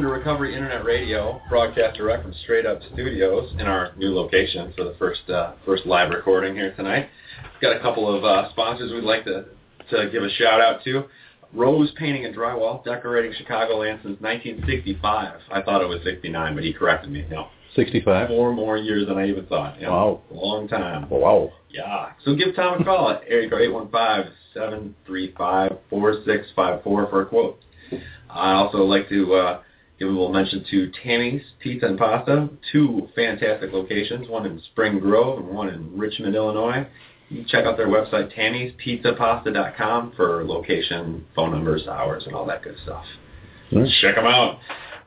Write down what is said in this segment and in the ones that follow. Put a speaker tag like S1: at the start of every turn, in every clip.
S1: Recovery Internet Radio, broadcast direct from Straight Up Studios in our new location for the first uh, first live recording here tonight. Got a couple of uh, sponsors we'd like to to give a shout out to. Rose Painting and Drywall, decorating Chicagoland since 1965. I thought it was 69, but he corrected me. No,
S2: 65.
S1: four more years than I even thought. Yeah,
S2: Wow.
S1: long time.
S2: Oh, Wow.
S1: Yeah. So give Tom a call at area code 815-735-4654 for a quote. I also like to uh, give a little mention to Tammy's Pizza and Pasta, two fantastic locations, one in Spring Grove and one in Richmond, Illinois. You can check out their website, tammy'spizzapasta.com, for location, phone numbers, hours, and all that good stuff.
S2: Hmm.
S1: Check them out.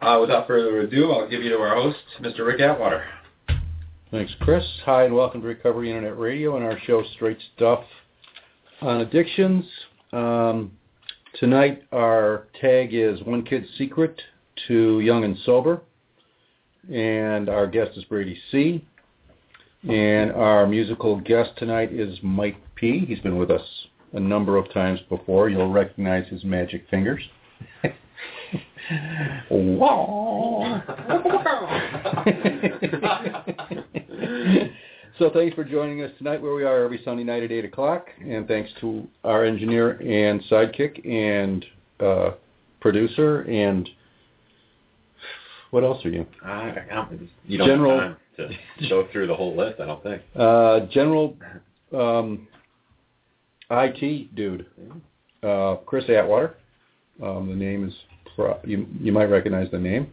S1: Uh, without further ado, I'll give you to our host, Mr. Rick Atwater.
S2: Thanks, Chris. Hi, and welcome to Recovery Internet Radio and our show, Straight Stuff on Addictions. Um, tonight, our tag is One Kid's Secret to Young and Sober. And our guest is Brady C. And our musical guest tonight is Mike P. He's been with us a number of times before. You'll recognize his magic fingers. Wow. so thanks for joining us tonight where we are every Sunday night at 8 o'clock. And thanks to our engineer and sidekick and uh, producer and what else are you?
S1: I, I'm, you don't
S2: General-
S1: have time to go through the whole list, I don't think.
S2: Uh, general um, IT dude, uh, Chris Atwater. Um, the name is pro- you, you might recognize the name.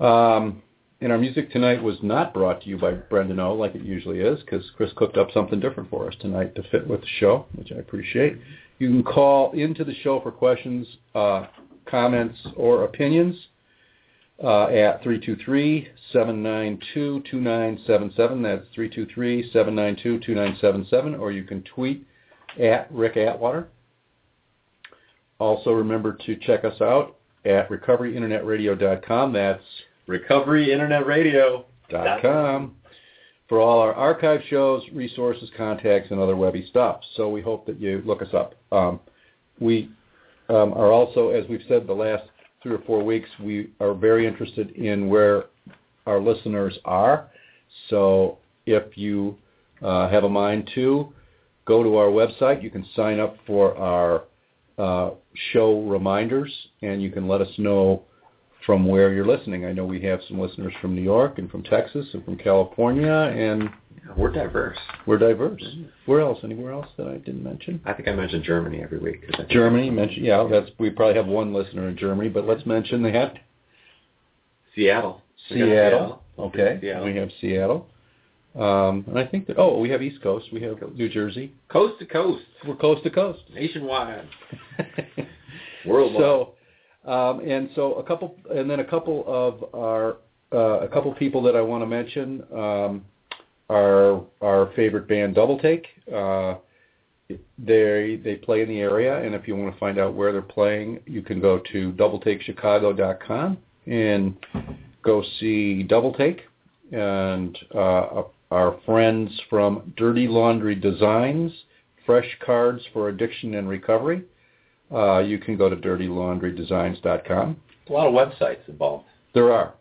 S2: Um, and our music tonight was not brought to you by Brendan O like it usually is because Chris cooked up something different for us tonight to fit with the show, which I appreciate. You can call into the show for questions, uh, comments, or opinions uh, at 323-792-2977. That's 323-792-2977. Or you can tweet at Rick Atwater. Also remember to check us out at recoveryinternetradio.com. That's
S1: Recovery Internet Radio.
S2: dot com for all our archive shows, resources, contacts, and other webby stuff. So we hope that you look us up. Um, we um, are also, as we've said the last three or four weeks, we are very interested in where our listeners are. So if you uh, have a mind to, go to our website. You can sign up for our uh, show reminders, and you can let us know from where you're listening. I know we have some listeners from New York and from Texas and from California, and
S1: Yeah, we're diverse.
S2: we're diverse. Where else? Anywhere else that I didn't mention?
S1: I think I mention Germany every week. 'cause I think-
S2: Germany mentioned. Yeah, that's we probably have one listener in Germany, but let's mention they had
S1: Seattle. We got
S2: Seattle. Okay,
S1: Seattle.
S2: we have Seattle. Um, and I think that oh, we have East Coast. We have New Jersey.
S1: Coast to coast.
S2: We're coast to coast.
S1: Nationwide. Worldwide.
S2: so, um, and so a couple, and then a couple of our, uh, a couple people that I want to mention um, are our favorite band, Double Take. Uh, they they play in the area, and if you want to find out where they're playing, you can go to doubletakechicago.com and go see Double Take and uh, our friends from Dirty Laundry Designs, Fresh Cards for Addiction and Recovery. Uh, you can go to dirtylaundrydesigns.com.
S3: A lot of websites involved.
S2: There are.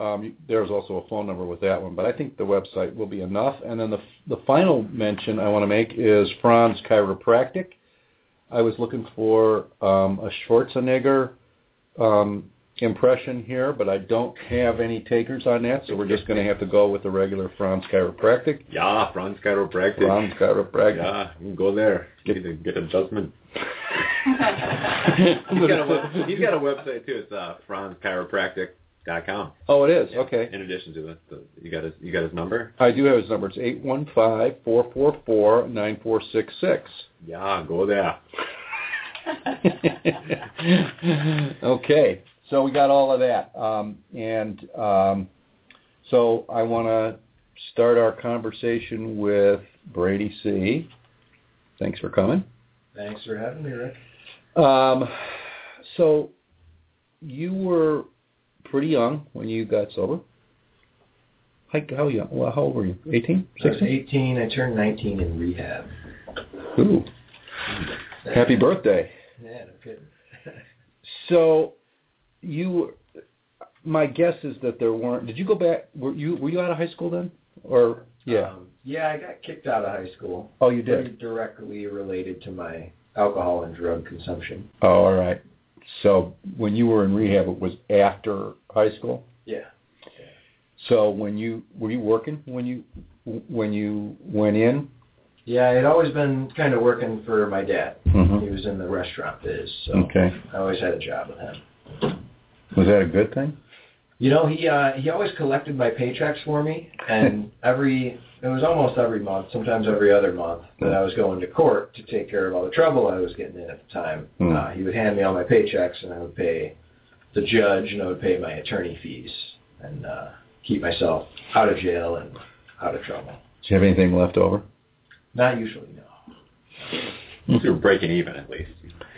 S2: Um, there's also a phone number with that one, but I think the website will be enough. And then the, the final mention I want to make is Franz Chiropractic. I was looking for um, a Schwarzenegger um, impression here, but I don't have any takers on that, so we're just going to have to go with the regular Franz Chiropractic.
S1: Yeah, Franz Chiropractic.
S2: Franz Chiropractic.
S1: Yeah, you can go there. Get a, get an adjustment.
S2: I'm
S1: He's got, a
S2: gonna
S1: web,
S2: say-
S1: he's got a website too. It's uh, franzchiropractic.com.
S2: oh, it is. Okay.
S1: In addition to the, the you got his you got his number.
S2: I do have his number. It's eight one five four four four nine four six six.
S1: Yeah, go there.
S2: Okay, so we got all of that, um, and um, so I want to start our conversation with Brady C. Thanks for coming.
S3: Thanks for having me, Rick.
S2: Um, so you were pretty young when you got sober. How, how young? Well, how old were you? 18?
S3: I was
S2: 16?
S3: 18. I turned 19 in rehab.
S2: Ooh, happy birthday.
S3: Yeah, no kidding.
S2: So you my guess is that there weren't. Did you go back? Were you were you out of high school then? Or yeah?
S3: Um, yeah, I got kicked out of high school.
S2: oh, you did.
S3: Pretty directly related to my alcohol and drug consumption.
S2: Oh, all right. So when you were in rehab, it was after high school.
S3: Yeah.
S2: So when you were you working when you when you went in?
S3: Yeah, I'd always been kind of working for my dad.
S2: Mhm.
S3: He was in the restaurant biz, so
S2: Okay.
S3: I always had a job with him.
S2: Was that a good thing?
S3: You know, he uh, he always collected my paychecks for me, and every it was almost every month, sometimes every other month, that I was going to court to take care of all the trouble I was getting in at the time.
S2: Hmm.
S3: Uh, he would hand me all my paychecks, and I would pay the judge, and I would pay my attorney fees, and uh, keep myself out of jail and out of trouble.
S2: Did you have anything left over?
S3: Not usually, no.
S1: You were breaking even at least.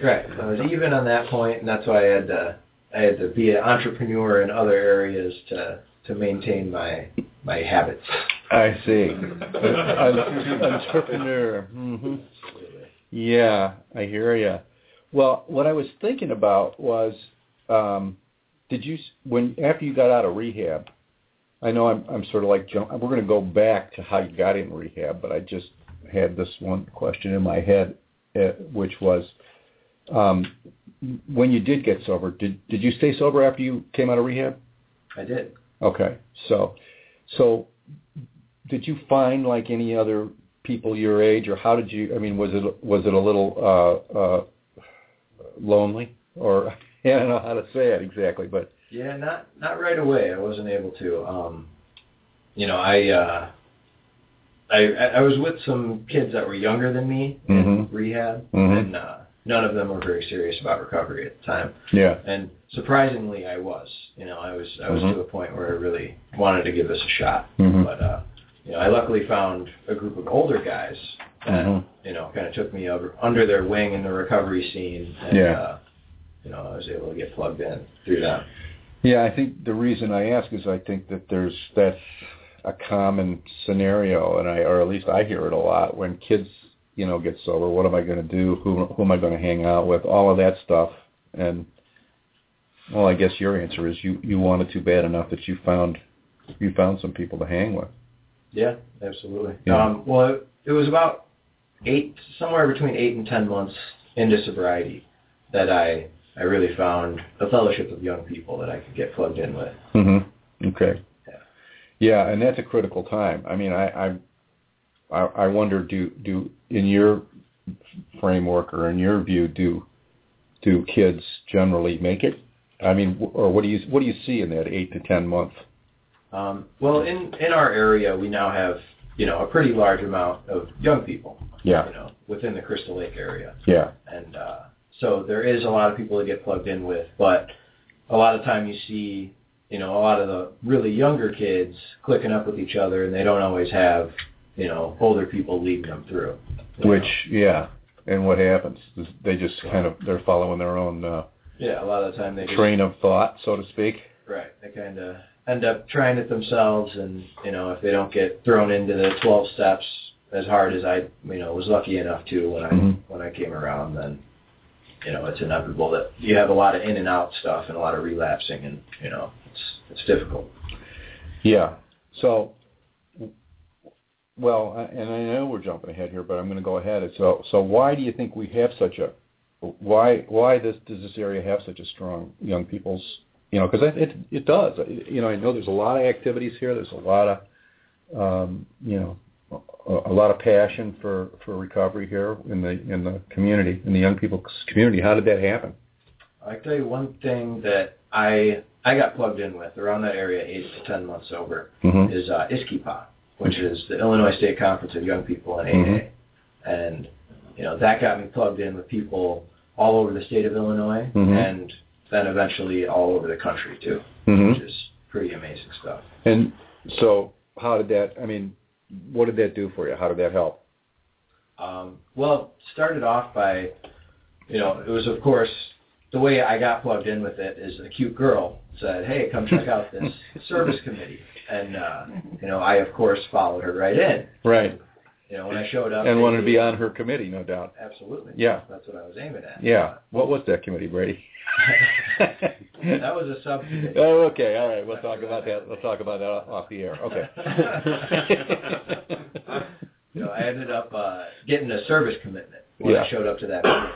S3: Right. So I was even on that point, and that's why I had to I had to be an entrepreneur in other areas to to maintain my my habits.
S2: I see. entrepreneur. hmm Yeah, I hear you. Well, what I was thinking about was, um, did you s when after you got out of rehab? I know I'm I'm sort of like jump, we're going to go back to how you got in rehab, but I just had this one question in my head, uh, which was, um, when you did get sober, did did you stay sober after you came out of rehab?
S3: I did.
S2: Okay. So, so did you find like any other people your age, or how did you? I mean, was it was it a little uh, uh, lonely, or I don't know how to say it exactly, but
S3: Yeah, not not right away. I wasn't able to. Um, you know, I uh, I I I was with some kids that were younger than me in
S2: Mhm.
S3: rehab,
S2: Mhm.
S3: and uh, none of them were very serious about recovery at the time.
S2: yeah,
S3: and surprisingly I was. You know, I was I was
S2: Mhm.
S3: to a point where I really wanted to give this a shot.
S2: Mhm.
S3: But uh you know, I luckily found a group of older guys that,
S2: Mhm.
S3: you know, kind of took me over under their wing in the recovery scene and
S2: Yeah.
S3: uh you know, I was able to get plugged in through them.
S2: yeah. I think the reason I ask is I think that there's that's a common scenario, and I or at least I hear it a lot when kids you know get sober. What am I going to do? Who who am I going to hang out with? All of that stuff, and Well, I guess your answer is you you wanted too bad enough that you found you found some people to hang with.
S3: Yeah, absolutely.
S2: Yeah.
S3: Um well it, it was about eight somewhere between eight and ten months into sobriety that I I really found a fellowship of young people that I could get plugged in with.
S2: Mm-hmm. Okay.
S3: Yeah.
S2: Yeah, and that's a critical time. I mean, I I I I wonder do do in your framework or in your view do do kids generally make it? I mean, w- or what do you what do you see in that eight to ten month?
S3: Um, well, in in our area, we now have you know a pretty large amount of young people,
S2: Yeah.
S3: you know, within the Crystal Lake area,
S2: Yeah.
S3: and uh, so there is a lot of people to get plugged in with. But a lot of time, you see, you know, a lot of the really younger kids clicking up with each other, and they don't always have you know older people leading them through. you know.
S2: Which yeah, and what happens? is They just kind of they're following their own uh,
S3: yeah, a lot of the time they just,
S2: train of thought, so to speak.
S3: right they kind of end up trying it themselves, and you know if they don't get thrown into the twelve steps as hard as I you know was lucky enough to when I
S2: Mhm.
S3: when I came around, then you know it's inevitable that you have a lot of in and out stuff and a lot of relapsing, and you know it's it's difficult.
S2: Yeah. So, w- well, I- and I know we're jumping ahead here, but I'm going to go ahead. And So, so why do you think we have such a why why this does this area have such a strong young people's you know because it, it it does you know I know there's a lot of activities here. There's a lot of um, you know a, a lot of passion for for recovery here in the in the community in the young people's community. How did that happen?
S3: I tell you one thing that I I got plugged in with around that area eight to ten months over
S2: Mm-hmm.
S3: is uh, ISKIPA, which is the Illinois State Conference of Young People in AA.
S2: Mhm.
S3: And, you know, that got me plugged in with people all over the state of Illinois
S2: Mhm.
S3: and then eventually all over the country, too,
S2: Mm-hmm.
S3: which is pretty amazing stuff.
S2: And so, how did that? I mean, what did that do for you? How did that help?
S3: Um, well, started off by, you know, it was, of course, the way I got plugged in with it is a cute girl said, hey, come check out this service committee. And, uh, you know, I, of course, followed her right in.
S2: Right.
S3: You know, when I showed up,
S2: and
S3: they
S2: wanted to be
S3: gave-
S2: on her committee, no doubt.
S3: Absolutely.
S2: Yeah.
S3: That's what I was aiming at.
S2: Yeah. What was that committee, Brady?
S3: that was a subcommittee.
S2: Oh, okay. All right. We'll talk about that. We'll talk about that off the air. Okay.
S3: you know, I ended up uh, getting a service commitment when
S2: Yeah.
S3: I showed up to that meeting,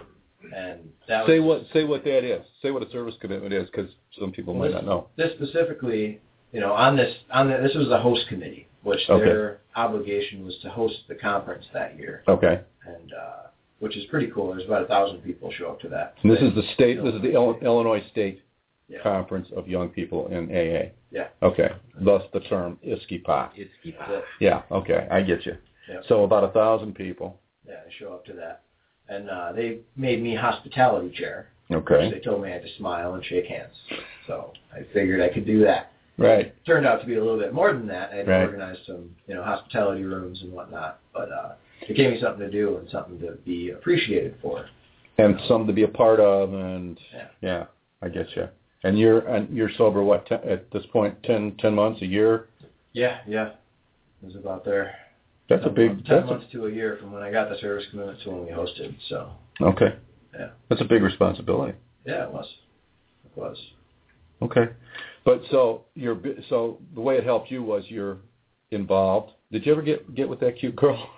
S3: and that was
S2: say what say what that is. Say what a service commitment is, because some people might not know.
S3: This specifically, you know, on this on the, this was the host committee, which
S2: Okay.
S3: their obligation was to host the conference that year,
S2: Okay.
S3: and uh, which is pretty cool. There's about a thousand people show up to that.
S2: And this is the state. This is the Ill- Illinois State
S3: Yeah.
S2: Conference of Young People in AA.
S3: Yeah.
S2: Okay. Thus the term ISKIPA.
S4: It's
S2: Yeah. Okay. I get you.
S3: Yeah.
S2: So about a thousand people.
S3: yeah, I show up to that, and uh, they made me hospitality chair. which
S2: Okay.
S3: They told me I had to smile and shake hands, so I figured I could do that.
S2: Right.
S3: turned out to be a little bit more than that. I had
S2: Right.
S3: organized some, you know, hospitality rooms and whatnot, but uh, it gave me something to do and something to be appreciated for.
S2: And some to be a part of, and
S3: Yeah.
S2: I get you. And you're and you're sober what ten, at this point ten ten months a year.
S3: Yeah, yeah, it was about there.
S2: That's a
S3: Ten
S2: big.
S3: months- ten
S2: That's a,
S3: months to a year from when I got the service commitment to when we hosted. So
S2: okay.
S3: Yeah.
S2: That's a big responsibility.
S3: yeah, it was, it was.
S2: Okay, but so your bu- so the way it helped you was you're involved. Did you ever get get with that cute girl?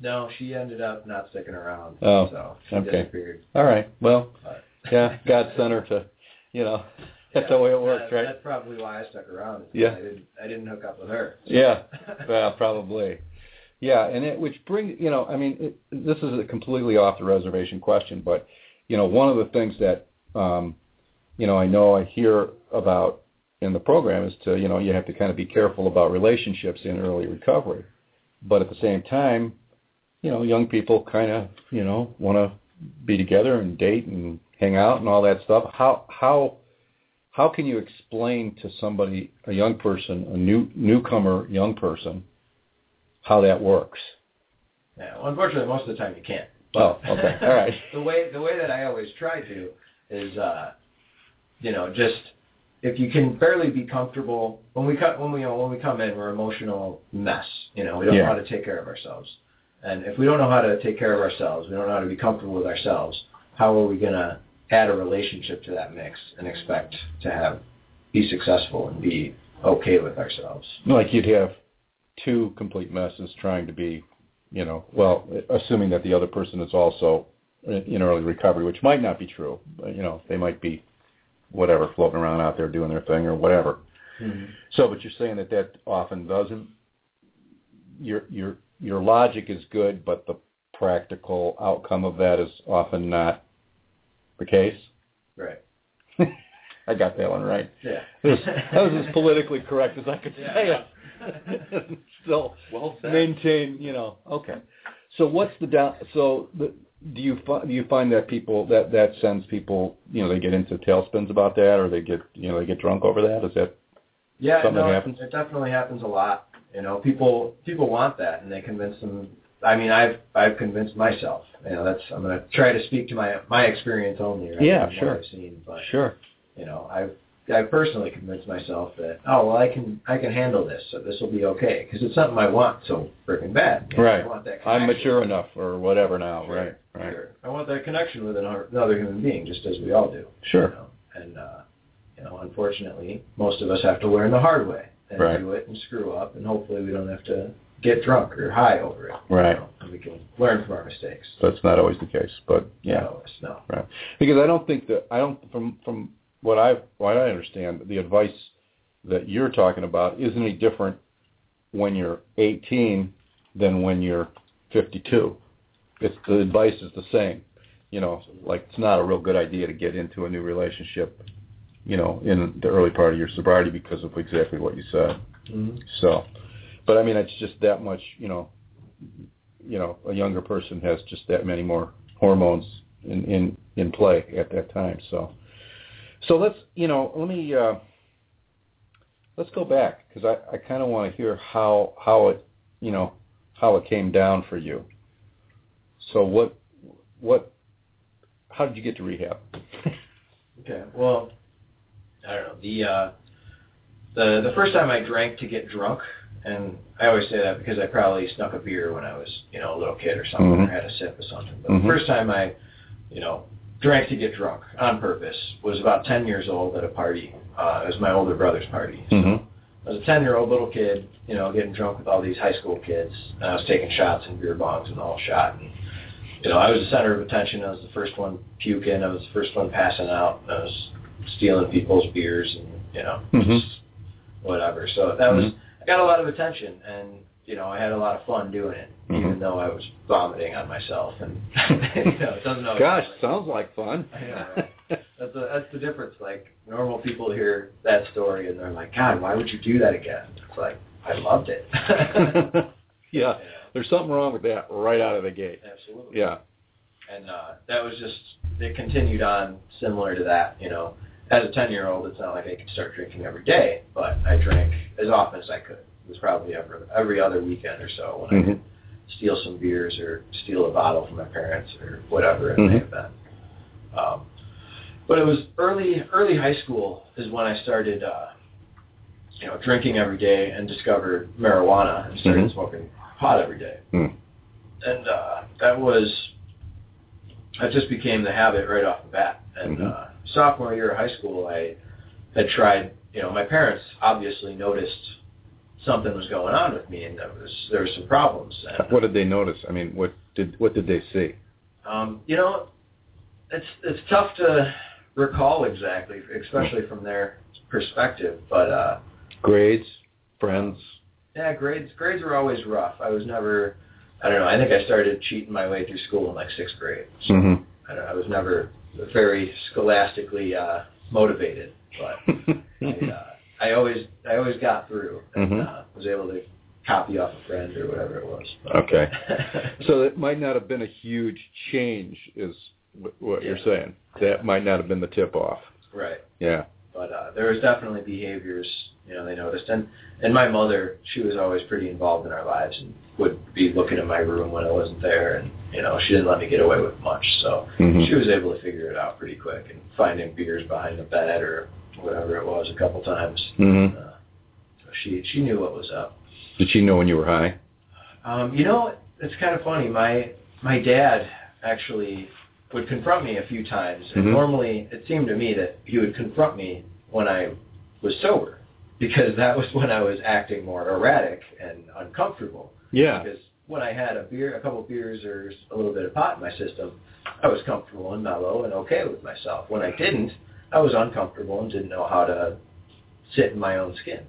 S3: No, she ended up not sticking around.
S2: Oh,
S3: so she
S2: okay.
S3: disappeared.
S2: All right, well,
S3: But,
S2: yeah, God sent her to, you know, that's
S3: Yeah,
S2: the way it works,
S3: that-
S2: right?
S3: That's probably why I stuck around. is 'cause
S2: Yeah.
S3: I didn't. I didn't hook up with her.
S2: Yeah, well, probably. Yeah, and it, which brings you know, I mean, it, this is a completely off the reservation question, but you know, one of the things that um, you know I know I hear about in the program is to you know you have to kind of be careful about relationships in early recovery, but at the same time, you know, young people kind of you know want to be together and date and hang out and all that stuff. How how how can you explain to somebody, a young person, a new newcomer young person, how that works?
S3: Yeah, well, unfortunately, most of the time you can't.
S2: Oh, okay, all right.
S3: the way the way that I always try to is, uh, you know, just if you can barely be comfortable when we come when we you know, when we come in, we're an emotional mess. You know, we don't
S2: Yeah.
S3: know how to take care of ourselves, and if we don't know how to take care of ourselves, we don't know how to be comfortable with ourselves. How are we gonna add a relationship to that mix and expect to have be successful and be okay with ourselves?
S2: Like you'd have two complete messes trying to be, you know, well, assuming that the other person is also in- in early recovery, which might not be true. But, you know, they might be whatever floating around out there doing their thing or whatever. So, but you're saying that that often doesn't. Your your your logic is good, but the practical outcome of that is often not the case.
S3: Right.
S2: I got that one right.
S3: Yeah.
S2: That was as politically correct as I could
S3: Yeah.
S2: say it. Still
S1: Well said.
S2: maintain, you know. Okay. So what's the down? So the, do you fi- do you find that people that that sends people, you know, they get into tailspins about that, or they get you know they get drunk over that? Is that
S3: Yeah,
S2: something
S3: no,
S2: that happens?
S3: It definitely happens a lot. You know, people people want that, and they convince them. I mean, I've I've convinced myself. You know, that's I'm gonna try to speak to my my experience only. Right?
S2: Yeah,
S3: than
S2: sure.
S3: What I've seen, but
S2: sure?
S3: you know, I've I've personally convinced myself that oh well, I can I can handle this, so this will be okay because it's something I want so freaking bad. You know,
S2: Right.
S3: I want that.
S2: I'm
S3: connection.
S2: mature enough or whatever now,
S3: Sure,
S2: right? Right.
S3: Sure. I want that connection with another another human being, just as we all do.
S2: Sure.
S3: You know? And uh, you know, unfortunately, most of us have to learn the hard way and
S2: Right.
S3: do it and screw up, and hopefully, we don't have to get drunk or high over it. you
S2: Right.
S3: know, and we can learn from our mistakes.
S2: That's not always the case, but yeah,
S3: No, it's no.
S2: right. Because I don't think that I don't from from what I what I understand the advice that you're talking about isn't any different when you're 18 than when you're 52. It's the advice is the same. You know, like it's not a real good idea to get into a new relationship, you know, in the early part of your sobriety because of exactly what you said.
S3: Mhm.
S2: So, but I mean, it's just that much, you know, you know, a younger person has just that many more hormones in in in play at that time. So, so let's, you know, let me uh, let's go back because I I kind of want to hear how how it, you know, how it came down for you. So what what how did you get to rehab?
S3: Okay. Well, I don't know. The uh, the the first time I drank to get drunk and I always say that because I probably snuck a beer when I was, you know, a little kid or something,
S2: Mhm.
S3: or had a sip of something. But
S2: Mhm.
S3: the first time I, you know, drank to get drunk on purpose was about 10 years old at a party. Uh, it was my older brother's party.
S2: Mm-hmm.
S3: I was a 10 year old little kid, you know, getting drunk with all these high school kids, and I was taking shots and beer bongs and the whole shot. And, you know, I was the center of attention. I was the first one puking. I was the first one passing out. I was stealing people's beers and, you know,
S2: Mm-hmm.
S3: whatever. So that was I got a lot of attention and you know I had a lot of fun doing it, even
S2: Mhm.
S3: though I was vomiting on myself and you know it doesn't always
S2: Gosh,
S3: happen.
S2: sounds like fun.
S3: I know, that's the that's the difference. Like normal people hear that story and they're like, God, why would you do that again? It's like I loved it.
S2: yeah, there's something wrong with that right out of the gate.
S3: absolutely.
S2: Yeah.
S3: And uh, that was just it continued on similar to that. You know, as a ten year old, it's not like I could start drinking every day, but I drank as often as I could. It was probably every every other weekend or so when I
S2: Mm-hmm.
S3: steal some beers or steal a bottle from my parents or whatever it may have been. Um, but it was early early high school is when I started, uh, you know, drinking every day and discovered marijuana and started
S2: Mhm.
S3: smoking pot every day.
S2: Mm.
S3: And uh, that was that just became the habit right off the bat. And
S2: Mhm.
S3: uh, sophomore year of high school, I had tried. You know, my parents obviously noticed something was going on with me, and there was there were some problems. And,
S2: What did they notice? I mean, what did what did they see?
S3: um, you know, it's it's tough to recall exactly, especially from their perspective. But uh,
S2: Grades, friends.
S3: yeah, grades grades were always rough. I was never, I don't know. I think I started cheating my way through school in like sixth grade. So
S2: Mm-hmm.
S3: I, don't, I was never very scholastically uh, motivated, but I, uh, I always I always got through and
S2: Mhm.
S3: uh, was able to copy off a friend or whatever it was. But-
S2: okay. So it might not have been a huge change, is wh- what you're
S3: Yeah.
S2: saying. That might not have been the tip off.
S3: right.
S2: Yeah.
S3: but uh, there was definitely behaviors you know they noticed and and my mother she was always pretty involved in our lives and would be looking in my room when I wasn't there and you know she didn't let me get away with much so
S2: Mm-hmm.
S3: she was able to figure it out pretty quick and finding beers behind the bed or whatever it was a couple times
S2: Mm-hmm.
S3: uh, so she she knew what was up
S2: Did she know when you were high?
S3: um, you know, it's kind of funny. My my dad actually would confront me a few times, and
S2: Mhm.
S3: normally it seemed to me that he would confront me when I was sober, because that was when I was acting more erratic and uncomfortable.
S2: Yeah.
S3: Because when I had a beer, a couple beers, or a little bit of pot in my system, I was comfortable and mellow and okay with myself. When I didn't, I was uncomfortable and didn't know how to sit in my own skin.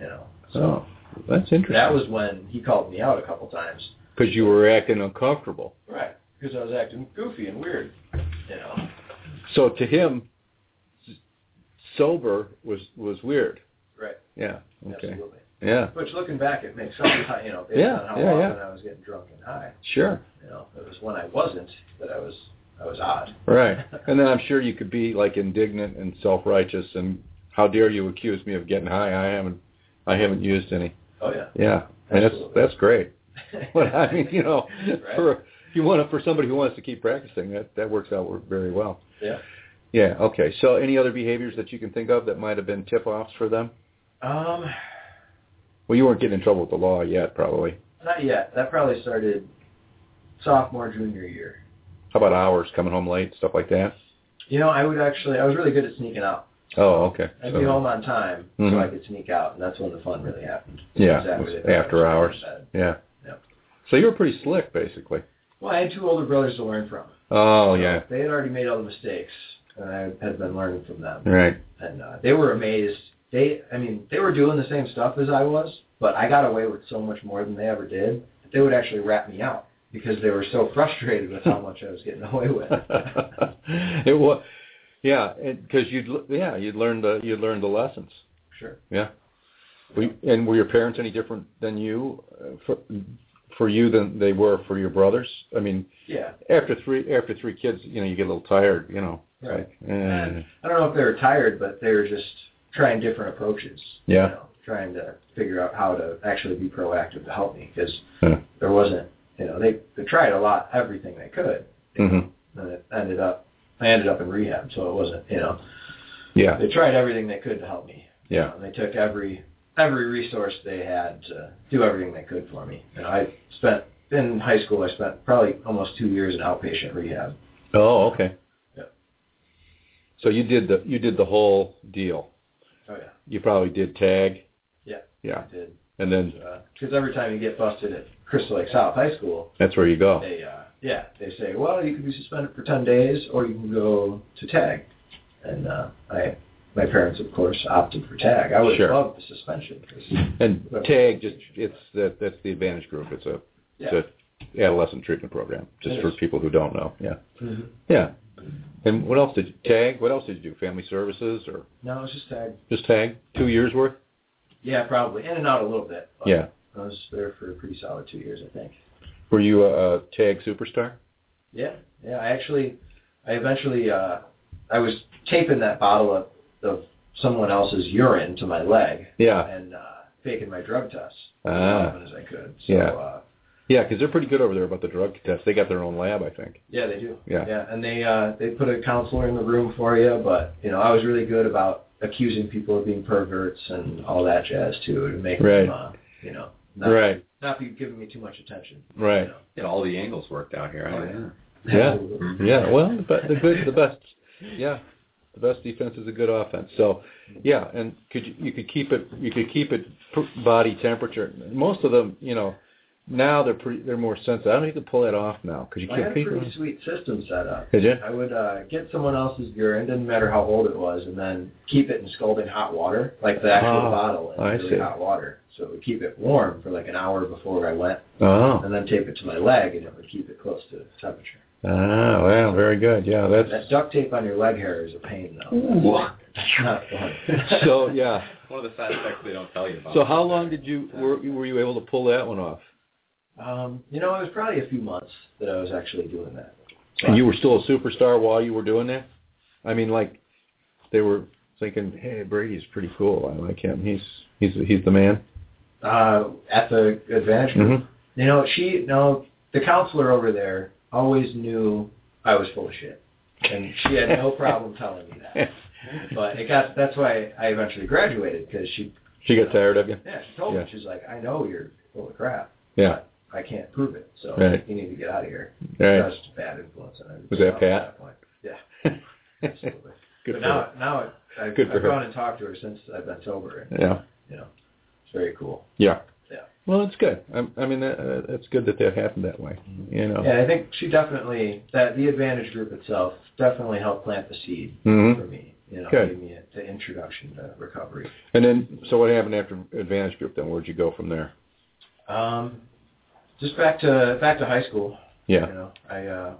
S3: You know, so
S2: Oh, that's interesting.
S3: that was when he called me out a couple times.
S2: because you were acting uncomfortable.
S3: Right. Because I was acting goofy and weird. You know.
S2: So to him, s- sober was was weird.
S3: Right.
S2: Yeah. Okay.
S3: Absolutely.
S2: Yeah.
S3: Which looking back, it makes sense. how- You know, based
S2: Yeah,
S3: on how
S2: yeah,
S3: often I was getting drunk and high.
S2: Sure.
S3: You know, it was when I wasn't that I was I was odd.
S2: Right. And then I'm sure you could be like indignant and self-righteous and how dare you accuse me of getting high? I haven't I haven't used any.
S3: Oh yeah.
S2: Yeah. And that's
S3: Absolutely.
S2: that's great. But I mean, you know,
S3: Right.
S2: for if you want to, for somebody who wants to keep practicing, that that works out very well.
S3: Yeah.
S2: Yeah, okay. So any other behaviors that you can think of that might have been tip-offs for them?
S3: Um,
S2: Well, you weren't getting in trouble with the law yet, probably.
S3: not yet. That probably started sophomore junior year.
S2: How about hours coming home late, stuff like that?
S3: You know, I would actually I was really good at sneaking out.
S2: Oh, okay.
S3: I'd
S2: So-
S3: be home on time so
S2: Mhm.
S3: I could sneak out, and that's when the fun really happened.
S2: yeah,
S3: It was
S2: it was
S3: the
S2: after
S3: time I
S2: hours.
S3: was in bed.
S2: Yeah.
S3: Yep.
S2: So you were pretty slick, basically.
S3: Well, I had two older brothers to learn from.
S2: Oh, yeah.
S3: They had already made all the mistakes, and I had been learning from them.
S2: Right.
S3: And uh, they were amazed. They, I mean, they were doing the same stuff as I was, but I got away with so much more than they ever did. That they would actually rat me out because they were so frustrated with how much I was getting away with.
S2: it was, yeah, because you'd l- yeah you'd learned the you'd learned the lessons.
S3: sure.
S2: Were you- and were your parents any different than you uh, for for you than they were for your brothers? I mean,
S3: Yeah.
S2: after three after three kids, you know, you get a little tired, you know.
S3: Right.
S2: And,
S3: I don't know if they were tired, but they were just trying different approaches.
S2: Yeah.
S3: You know, trying to figure out how to actually be proactive to help me because
S2: Yeah.
S3: there wasn't, you know, they, they tried a lot, everything they could.
S2: Mhm.
S3: and it ended up I ended up in rehab, so it wasn't you know
S2: Yeah.
S3: they tried everything they could to help me.
S2: Yeah.
S3: And they took every every resource they had to do everything they could for me. And I spent in high school. I spent probably almost two years in outpatient rehab.
S2: Oh, okay.
S3: Yeah.
S2: So you did the you did the whole deal.
S3: Oh yeah,
S2: You probably did tag.
S3: Yeah.
S2: Yeah,
S3: I did.
S2: and then
S3: Because every time you get busted at Crystal Lake South High School,
S2: that's where you go.
S3: they uh, yeah they say, well, you can be suspended for ten days, or you can go to tag. And uh, I my parents of course opted for tag. I would
S2: Sure.
S3: love the suspension. 'cause-
S2: And tag just it's that that's the advantage group. It's a
S3: yeah.
S2: it's a adolescent treatment program. Just
S3: It
S2: for
S3: is.
S2: people who don't know. Yeah.
S3: Mhm.
S2: Yeah. And what else did you tag? What else did you do? Family services or
S3: No, it's just tag.
S2: just tag? Two years worth?
S3: Yeah, probably in and out a little bit. but
S2: Yeah.
S3: I was there for a pretty solid two years, I think.
S2: Were you a, a tag superstar?
S3: Yeah, yeah. I actually, I eventually, uh, I was taping that bottle of, of someone else's urine to my leg
S2: Yeah.
S3: and uh, faking my drug tests
S2: Ah.
S3: as often as I could. So,
S2: Yeah.
S3: Uh,
S2: Yeah, because they're pretty good over there about the drug tests. They got their own lab, I think.
S3: yeah, they do.
S2: Yeah.
S3: Yeah, and they uh, they put a counselor in the room for you, but you know, I was really good about accusing people of being perverts and all that jazz too, to make
S2: Right.
S3: them, uh, you know, not,
S2: Right.
S3: not be giving me too much attention.
S2: Right.
S1: Yeah, all the angles worked out here.
S3: Oh,
S1: I
S3: yeah.
S2: Yeah.
S3: You know?
S2: Yeah. Well, but the good, the best. Yeah, the best defense is a good offense. So, yeah, and could you, you could keep it you could keep it pr- body temperature. Most of them, you know, now they're pretty they're more sensitive. I don't think you can pull that off now because you
S3: I had
S2: can't
S3: a
S2: keep
S3: pretty sweet system set up.
S2: Did you?
S3: I would uh, get someone else's urine, didn't matter how old it was, and then keep it in scalding hot water, like the actual
S2: Oh,
S3: bottle in
S2: I
S3: really
S2: see.
S3: hot water. So it would keep it warm for like an hour before I went,
S2: Oh,
S3: and then tape it to my leg, and it would keep it close to temperature.
S2: ah, well, very good. Yeah, that's
S3: That duct tape on your leg hair is a pain, though. That's not fun.
S2: so. Yeah.
S1: One of the side effects they don't tell you about.
S2: So, how long did you were were you able to pull that one off?
S3: Um, you know, it was probably a few months that I was actually doing that.
S2: And you were still a superstar while you were doing that? I mean, like they were thinking, "Hey, Brady's pretty cool. I like him. He's he's he's the man."
S3: Uh, at the advantage group.
S2: Mm-hmm.
S3: You know, she no the counselor over there always knew I was full of shit. And she had no problem telling me that. But it got that's why I eventually graduated because she
S2: She got tired of you,
S3: yeah, she told
S2: Yeah.
S3: me she's like, I know you're full of crap.
S2: Yeah.
S3: But I can't prove it, so
S2: Right.
S3: you need to get out of here.
S2: right?
S3: That's a bad influence on everybody
S2: Was that
S3: else
S2: Pat?
S3: at that point.
S2: Good
S3: Absolutely.
S2: for
S3: but now
S2: her.
S3: now it, I've,
S2: Good for
S3: I've
S2: her.
S3: gone and talked to her since I've been sober and
S2: Yeah.
S3: it's very cool.
S2: Well, it's good. I, I mean, that, uh, that's good that that happened that way. You know.
S3: Yeah, I think she definitely that the advantage group itself definitely helped plant the seed
S2: hmm
S3: for me. You know,
S2: Good.
S3: gave me a, the introduction to recovery.
S2: And then, so what happened after Advantage Group? Then where'd you go from there?
S3: Um, just back to back to high school.
S2: Yeah.
S3: You know, I uh,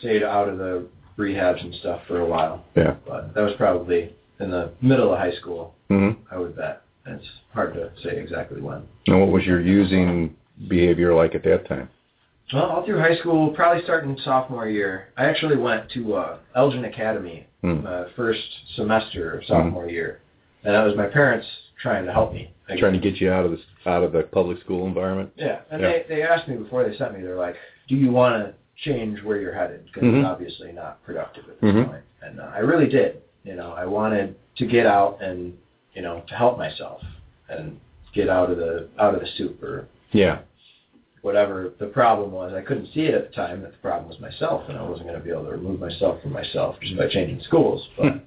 S3: stayed out of the rehabs and stuff for a while.
S2: Yeah.
S3: But that was probably in the middle of high school.
S2: Mm-hmm.
S3: I would bet. And It's hard to say exactly when.
S2: And what was your using behavior like at that time?
S3: Well, all through high school, probably starting sophomore year, I actually went to uh, Elgin Academy
S2: Mm.
S3: uh, first semester
S2: Mm-hmm.
S3: of sophomore year, and that was my parents trying to help me. I
S2: Trying to get you out of this, out of the public school environment.
S3: Yeah, and
S2: Yeah.
S3: They, they asked me before they sent me, they're like, do you want to change where you're headed? Because
S2: Mhm.
S3: it's obviously not productive at this
S2: Mhm.
S3: point. And uh, I really did. You know, I wanted to get out and, you know, to help myself and get out of the out of the soup or
S2: Yeah.
S3: whatever the problem was. I couldn't see it at the time that the problem was myself, and I wasn't going to be able to remove myself from myself just by changing schools.
S2: Hmm.
S3: But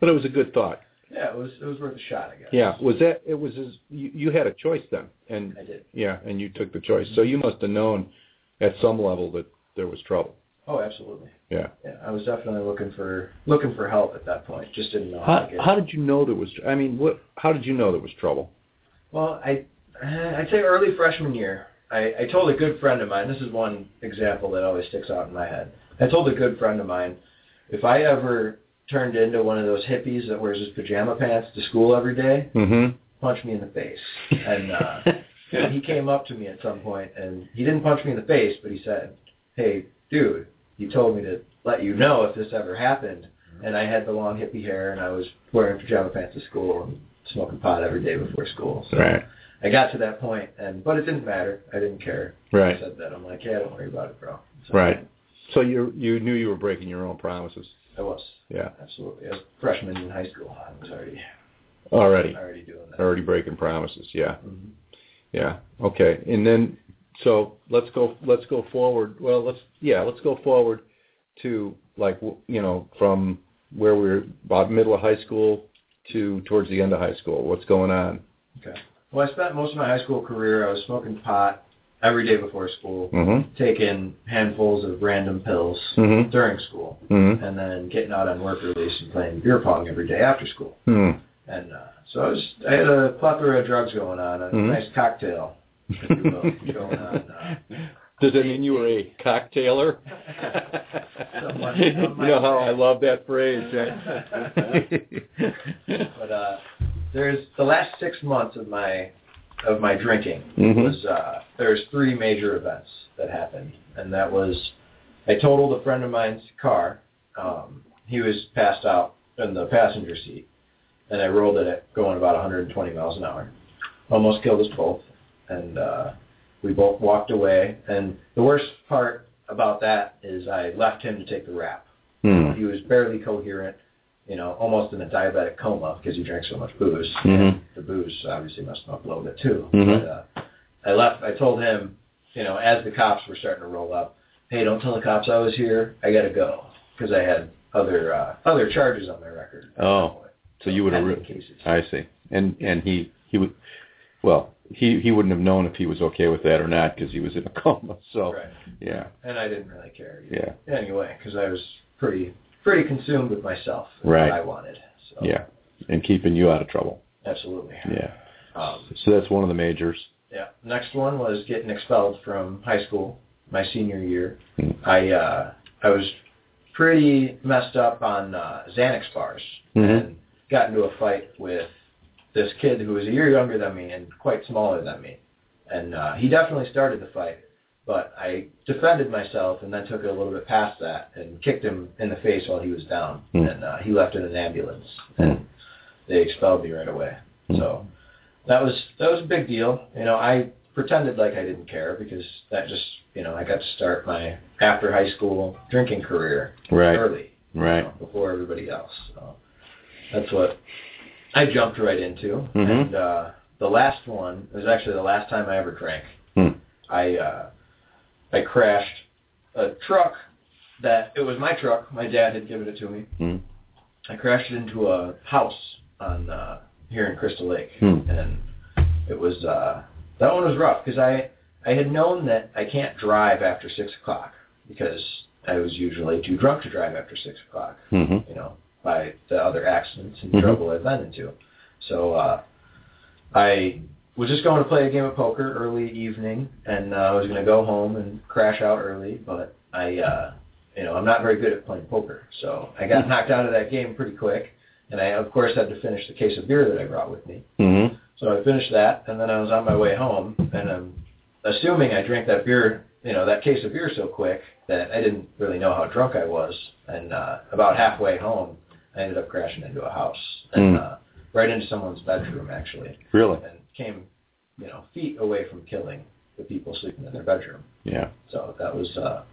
S2: But it was a good thought.
S3: yeah, it was it was worth a shot, I guess.
S2: Yeah, was that it was as you, you had a choice then, and
S3: I did.
S2: yeah, and you took the choice. So you must have known at some level that there was trouble.
S3: Oh, absolutely.
S2: Yeah.
S3: Yeah, I was definitely looking for looking for help at that point. Just didn't know how
S2: How,
S3: to get it.
S2: how did you know there was? I mean, what? How did you know there was trouble?
S3: Well, I uh, I'd say early freshman year. I, I told a good friend of mine. This is one example that always sticks out in my head. I told a good friend of mine, if I ever turned into one of those hippies that wears his pajama pants to school every day,
S2: Mm-hmm.
S3: punch me in the face. And uh, and he came up to me at some point, and he didn't punch me in the face, but he said, "Hey, dude, you told me to let you know if this ever happened." And I had the long hippie hair, and I was wearing pajama pants to school and smoking pot every day before school. So
S2: right,
S3: I got to that point, and but it didn't matter. I didn't care. I
S2: right,
S3: said that. I'm like, yeah, don't worry about it, bro. So
S2: right. So you you knew you were breaking your own promises.
S3: I was.
S2: Yeah.
S3: Absolutely. I was a freshman in high school. I was already
S2: already.
S3: already doing that.
S2: Already breaking promises. Yeah.
S3: Mhm.
S2: Yeah. Okay. And then so let's go let's go forward. Well, let's yeah, let's go forward to like w- you know from where we were about middle of high school to towards the end of high school. What's going on?
S3: Well, I spent most of my high school career. I was smoking pot every day before school,
S2: Mhm.
S3: taking handfuls of random pills
S2: Mhm.
S3: during school,
S2: Mhm.
S3: and then getting out on work release and playing beer pong every day after school.
S2: Mhm.
S3: And uh, so I was, I had a plethora of drugs going on, a
S2: Mhm.
S3: nice cocktail. you will, going on, uh,
S2: Does that mean you were a cocktailer?
S3: Someone-
S2: you
S3: someone-
S2: know how I love that phrase. Jack.
S3: But uh, there's the last six months of my of my drinking
S2: Mhm.
S3: was uh, there's three major events that happened, and that was I totaled a friend of mine's car. Um, he was passed out in the passenger seat, and I rolled it at going about 120 miles an hour. Almost killed us both, and uh, we both walked away. And the worst part about that is I left him to take the rap.
S2: Hmm.
S3: He was barely coherent, you know, almost in a diabetic coma because he drank so much booze.
S2: Mhm.
S3: The booze obviously must have uploaded it too.
S2: Mhm.
S3: But, uh, I left. I told him, you know, as the cops were starting to roll up, hey, don't tell the cops I was here. I gotta go because I had other uh, other charges on my record.
S2: Oh, so you would have.
S3: Pending
S2: Re-
S3: cases.
S2: I see. And and he he would. Well, he he wouldn't have known if he was okay with that or not because he was in a coma. So
S3: Right.
S2: yeah,
S3: And I didn't really care. either.
S2: Oh. yeah,
S3: Anyway, because I was pretty pretty consumed with myself. and
S2: Right.
S3: What I wanted. So,
S2: yeah, and keeping you out of trouble.
S3: Absolutely.
S2: Yeah.
S3: Um,
S2: So that's one of the majors.
S3: Yeah. Next one was getting expelled from high school my senior year.
S2: Hmm.
S3: I uh I was pretty messed up on uh Xanax bars
S2: Mhm.
S3: and got into a fight with this kid who was a year younger than me and quite smaller than me. And uh he definitely started the fight, but I defended myself and then took it a little bit past that and kicked him in the face while he was down
S2: Hmm.
S3: and uh he left in an ambulance
S2: Hmm.
S3: and they expelled me right away.
S2: Hmm.
S3: So that was that was a big deal. You know, I pretended like I didn't care because that just you know I got to start my after high school drinking career
S2: Right.
S3: early, you
S2: Right.
S3: know, before everybody else. So that's what I jumped right into.
S2: Mhm.
S3: And uh, the last one was actually the last time I ever drank.
S2: Hmm.
S3: I uh, I crashed a truck that it was my truck. My dad had given it to me.
S2: Hmm.
S3: I crashed into a house on uh, here in Crystal Lake,
S2: Hmm.
S3: and it was uh, that one was rough because I I had known that I can't drive after six o'clock because I was usually too drunk to drive after six o'clock,
S2: hmm
S3: you know, by the other accidents and
S2: Mhm.
S3: trouble I've been into. So uh, I was just going to play a game of poker early evening, and uh, I was going to go home and crash out early, but I. Uh, you know, I'm not very good at playing poker. So I got knocked out of that game pretty quick. And I, of course, had to finish the case of beer that I brought with me.
S2: hmm
S3: So I finished that, and then I was on my way home. And I'm assuming I drank that beer, you know, that case of beer so quick that I didn't really know how drunk I was. And uh, about halfway home, I ended up crashing into a house and
S2: Hmm.
S3: uh, right into someone's bedroom, actually,
S2: Really.
S3: and came, you know, feet away from killing the people sleeping in their bedroom.
S2: Yeah.
S3: So that was uh,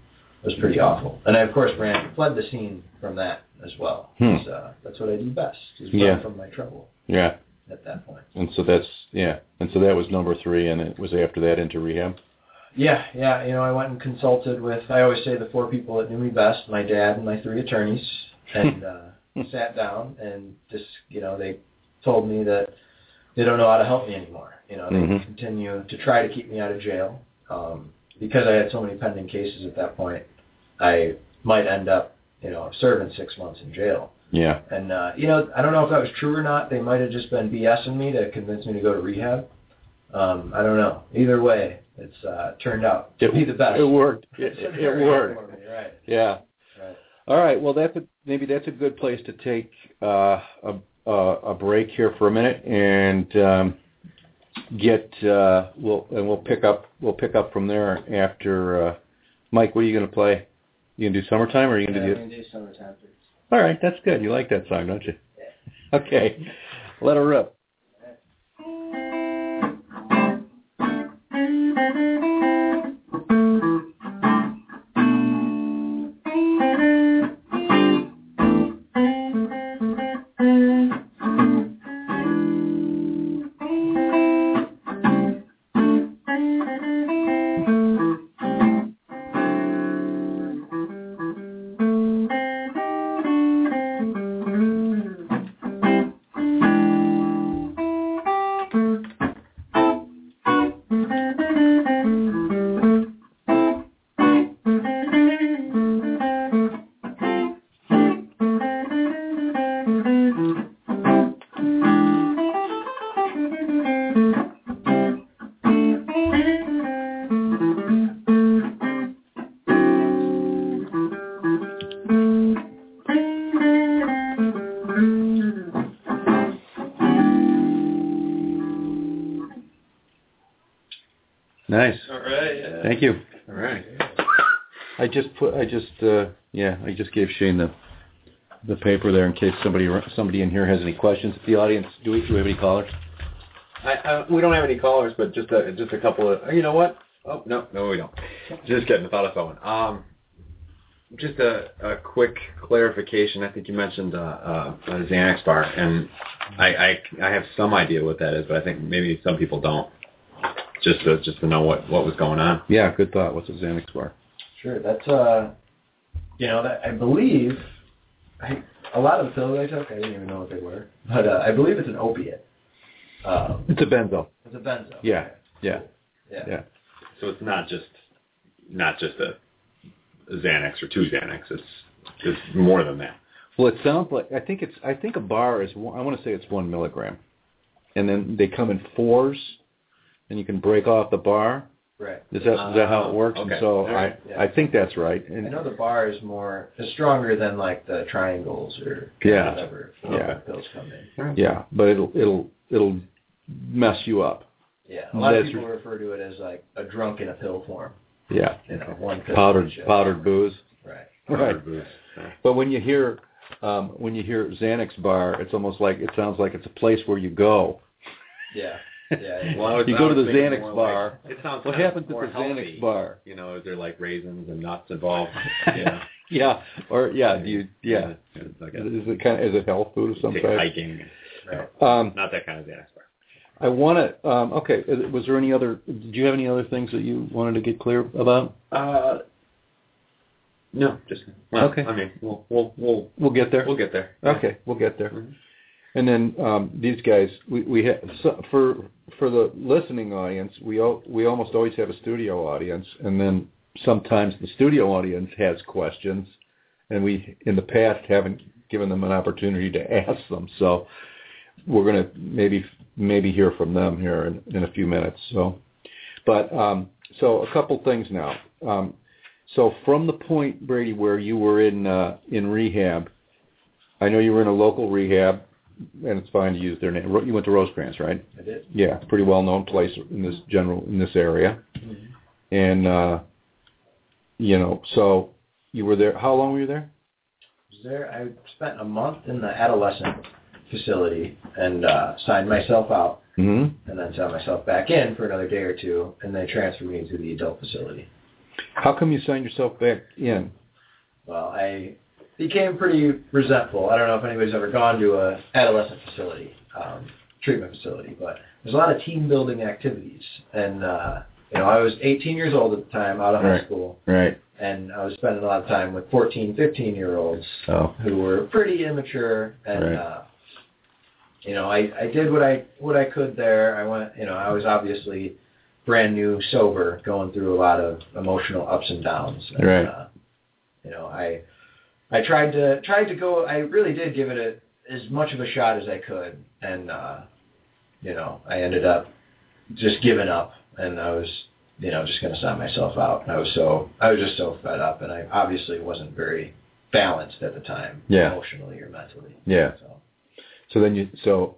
S3: was pretty awful. And I of course ran fled the scene from that as well.
S2: Hmm.
S3: 'Cause, Uh, that's what I do best. Is run
S2: Yeah.
S3: from my trouble
S2: Yeah.
S3: at that point.
S2: And so that's yeah. And so that was number three, and it was after that into rehab.
S3: Yeah, yeah. You know, I went and consulted with. I always say the four people that knew me best: my dad and my three attorneys. And uh, sat down and just you know they told me that they don't know how to help me anymore. You know, they
S2: Mhm.
S3: continue to try to keep me out of jail um, because I had so many pending cases at that point. I might end up you know serving six months in jail.
S2: Yeah.
S3: And uh, you know, I don't know if that was true or not. They might have just been BSing me to convince me to go to rehab. Um, I don't know. Either way, it's uh, turned out to be the best.
S2: It worked. It,
S3: It's
S2: it worked.
S3: for me, Right.
S2: Yeah.
S3: Right.
S2: All right. Well, that's a, maybe that's a good place to take uh, a, a a break here for a minute and um, get uh, we'll and we'll pick up we'll pick up from there after uh, Mike. What are you going to play? You gonna do summertime or are you gonna do the?
S3: do summertime
S2: All right, that's good. You like that song, don't you? Okay, let her rip. Nice.
S1: All right. Yeah.
S2: Thank you.
S1: All right.
S2: I just put. I just. Uh, yeah. I just gave Shane the the paper there in case somebody somebody in here has any questions. If the audience, do we, do we have any callers?
S1: I, I, we don't have any callers, but just a, just a couple of. You know what? Oh no, no, we don't. Just kidding. I thought of someone. Um, just a, a quick clarification. I think you mentioned uh, uh, a Xanax bar, and I, I I have some idea what that is, but I think maybe some people don't. Just to just to know what what was going on.
S2: Yeah. Good thought. What's a Xanax bar?
S3: Sure, that's uh, you know, that, I believe I, a lot of the pills I took, I didn't even know what they were, but uh, I believe it's an opiate. Um,
S2: It's a benzo.
S3: it's a benzo.
S2: Yeah. Yeah.
S3: Yeah.
S2: Yeah.
S1: So it's not just not just a Xanax or two Xanax. It's it's more than that.
S2: Well, it sounds like I think it's I think a bar is one, I want to say it's one milligram, and then they come in fours, and you can break off the bar.
S3: Right.
S2: Is that is that how it works?
S1: Uh, Okay.
S2: And so
S1: All right.
S2: I I think that's right.
S3: I
S2: And
S3: know the bar is more is stronger than like the triangles or
S2: Yeah.
S3: whatever
S2: Yeah.
S3: pills come in.
S2: yeah, but it'll it'll it'll mess you up.
S3: Yeah. A lot
S2: Mm-hmm.
S3: of
S2: That's-
S3: people refer to it as like a drunk in a pill form.
S2: Yeah,
S3: You know, one pill.
S2: powdered
S3: shot.
S2: powdered booze.
S3: Right.
S2: Right. But when you hear um, when you hear Xanax bar, it's almost like it sounds like it's a place where you go.
S3: Yeah. Yeah.
S1: Well, I was-
S2: You
S1: I
S2: go to
S1: was
S2: the
S1: thinking
S2: Xanax
S1: more
S2: bar.
S1: Like, it sounds
S2: What
S1: kind of
S2: happens at
S1: more
S2: the
S1: healthy.
S2: Xanax bar?
S1: You know, is there like raisins and nuts involved? yeah.
S2: Yeah, or yeah, do you yeah?
S1: It's like a,
S2: Is it kind of is it health food of some
S1: take
S2: type?
S1: hiking.
S3: Right.
S2: Um,
S1: Not that kind of Xanax bar.
S2: I want to. Um, okay, uh, was there any other? Did you have any other things that you wanted to get clear about?
S1: Uh, no, just well,
S2: Okay.
S1: I mean, we'll we'll we'll
S2: We'll get there. Oh,
S1: we'll get there.
S2: Okay, we'll get there.
S1: Mhm.
S2: And then um, these guys, we we have so, for for the listening audience, we al- we almost always have a studio audience, and then sometimes the studio audience has questions, and we in the past haven't given them an opportunity to ask them. So we're gonna maybe maybe hear from them here in, in a few minutes. So, but um, so a couple things now. Um, so from the point Brady where you were in uh, in rehab. I know you were in a local rehab, and it's fine to use their name. Ro- You went to Rosecrans, right?
S3: I did.
S2: Yeah, pretty well known place in this general in this area,
S3: Mm-hmm.
S2: and uh, you know, so you were there. How long were you there?
S3: was there. I spent a month in the adolescent facility and uh, signed myself out,
S2: Mm-hmm.
S3: and then signed myself back in for another day or two, and they transferred me to the adult facility.
S2: How come you signed yourself back in?
S3: Well, I became pretty resentful. I don't know if anybody's ever gone to a adolescent facility, um, treatment facility, but there's a lot of team building activities, and uh, you know I was 18 years old at the time, out of high
S2: Right.
S3: school,
S2: Right.
S3: and I was spending a lot of time with 14, 15 year olds.
S2: Oh.
S3: who were pretty immature and
S2: Right.
S3: uh you know I, I did what I what I could there I went you know I was obviously brand new sober going through a lot of emotional ups and downs and,
S2: Right.
S3: uh, you know I I tried to tried to go I really did give it a, as much of a shot as I could and uh you know I ended up just giving up and I was you know just gonna sign myself out and I was so I was just so fed up and I obviously wasn't very balanced at the time
S2: Yeah.
S3: emotionally or mentally
S2: Yeah.
S3: so
S2: So then you so,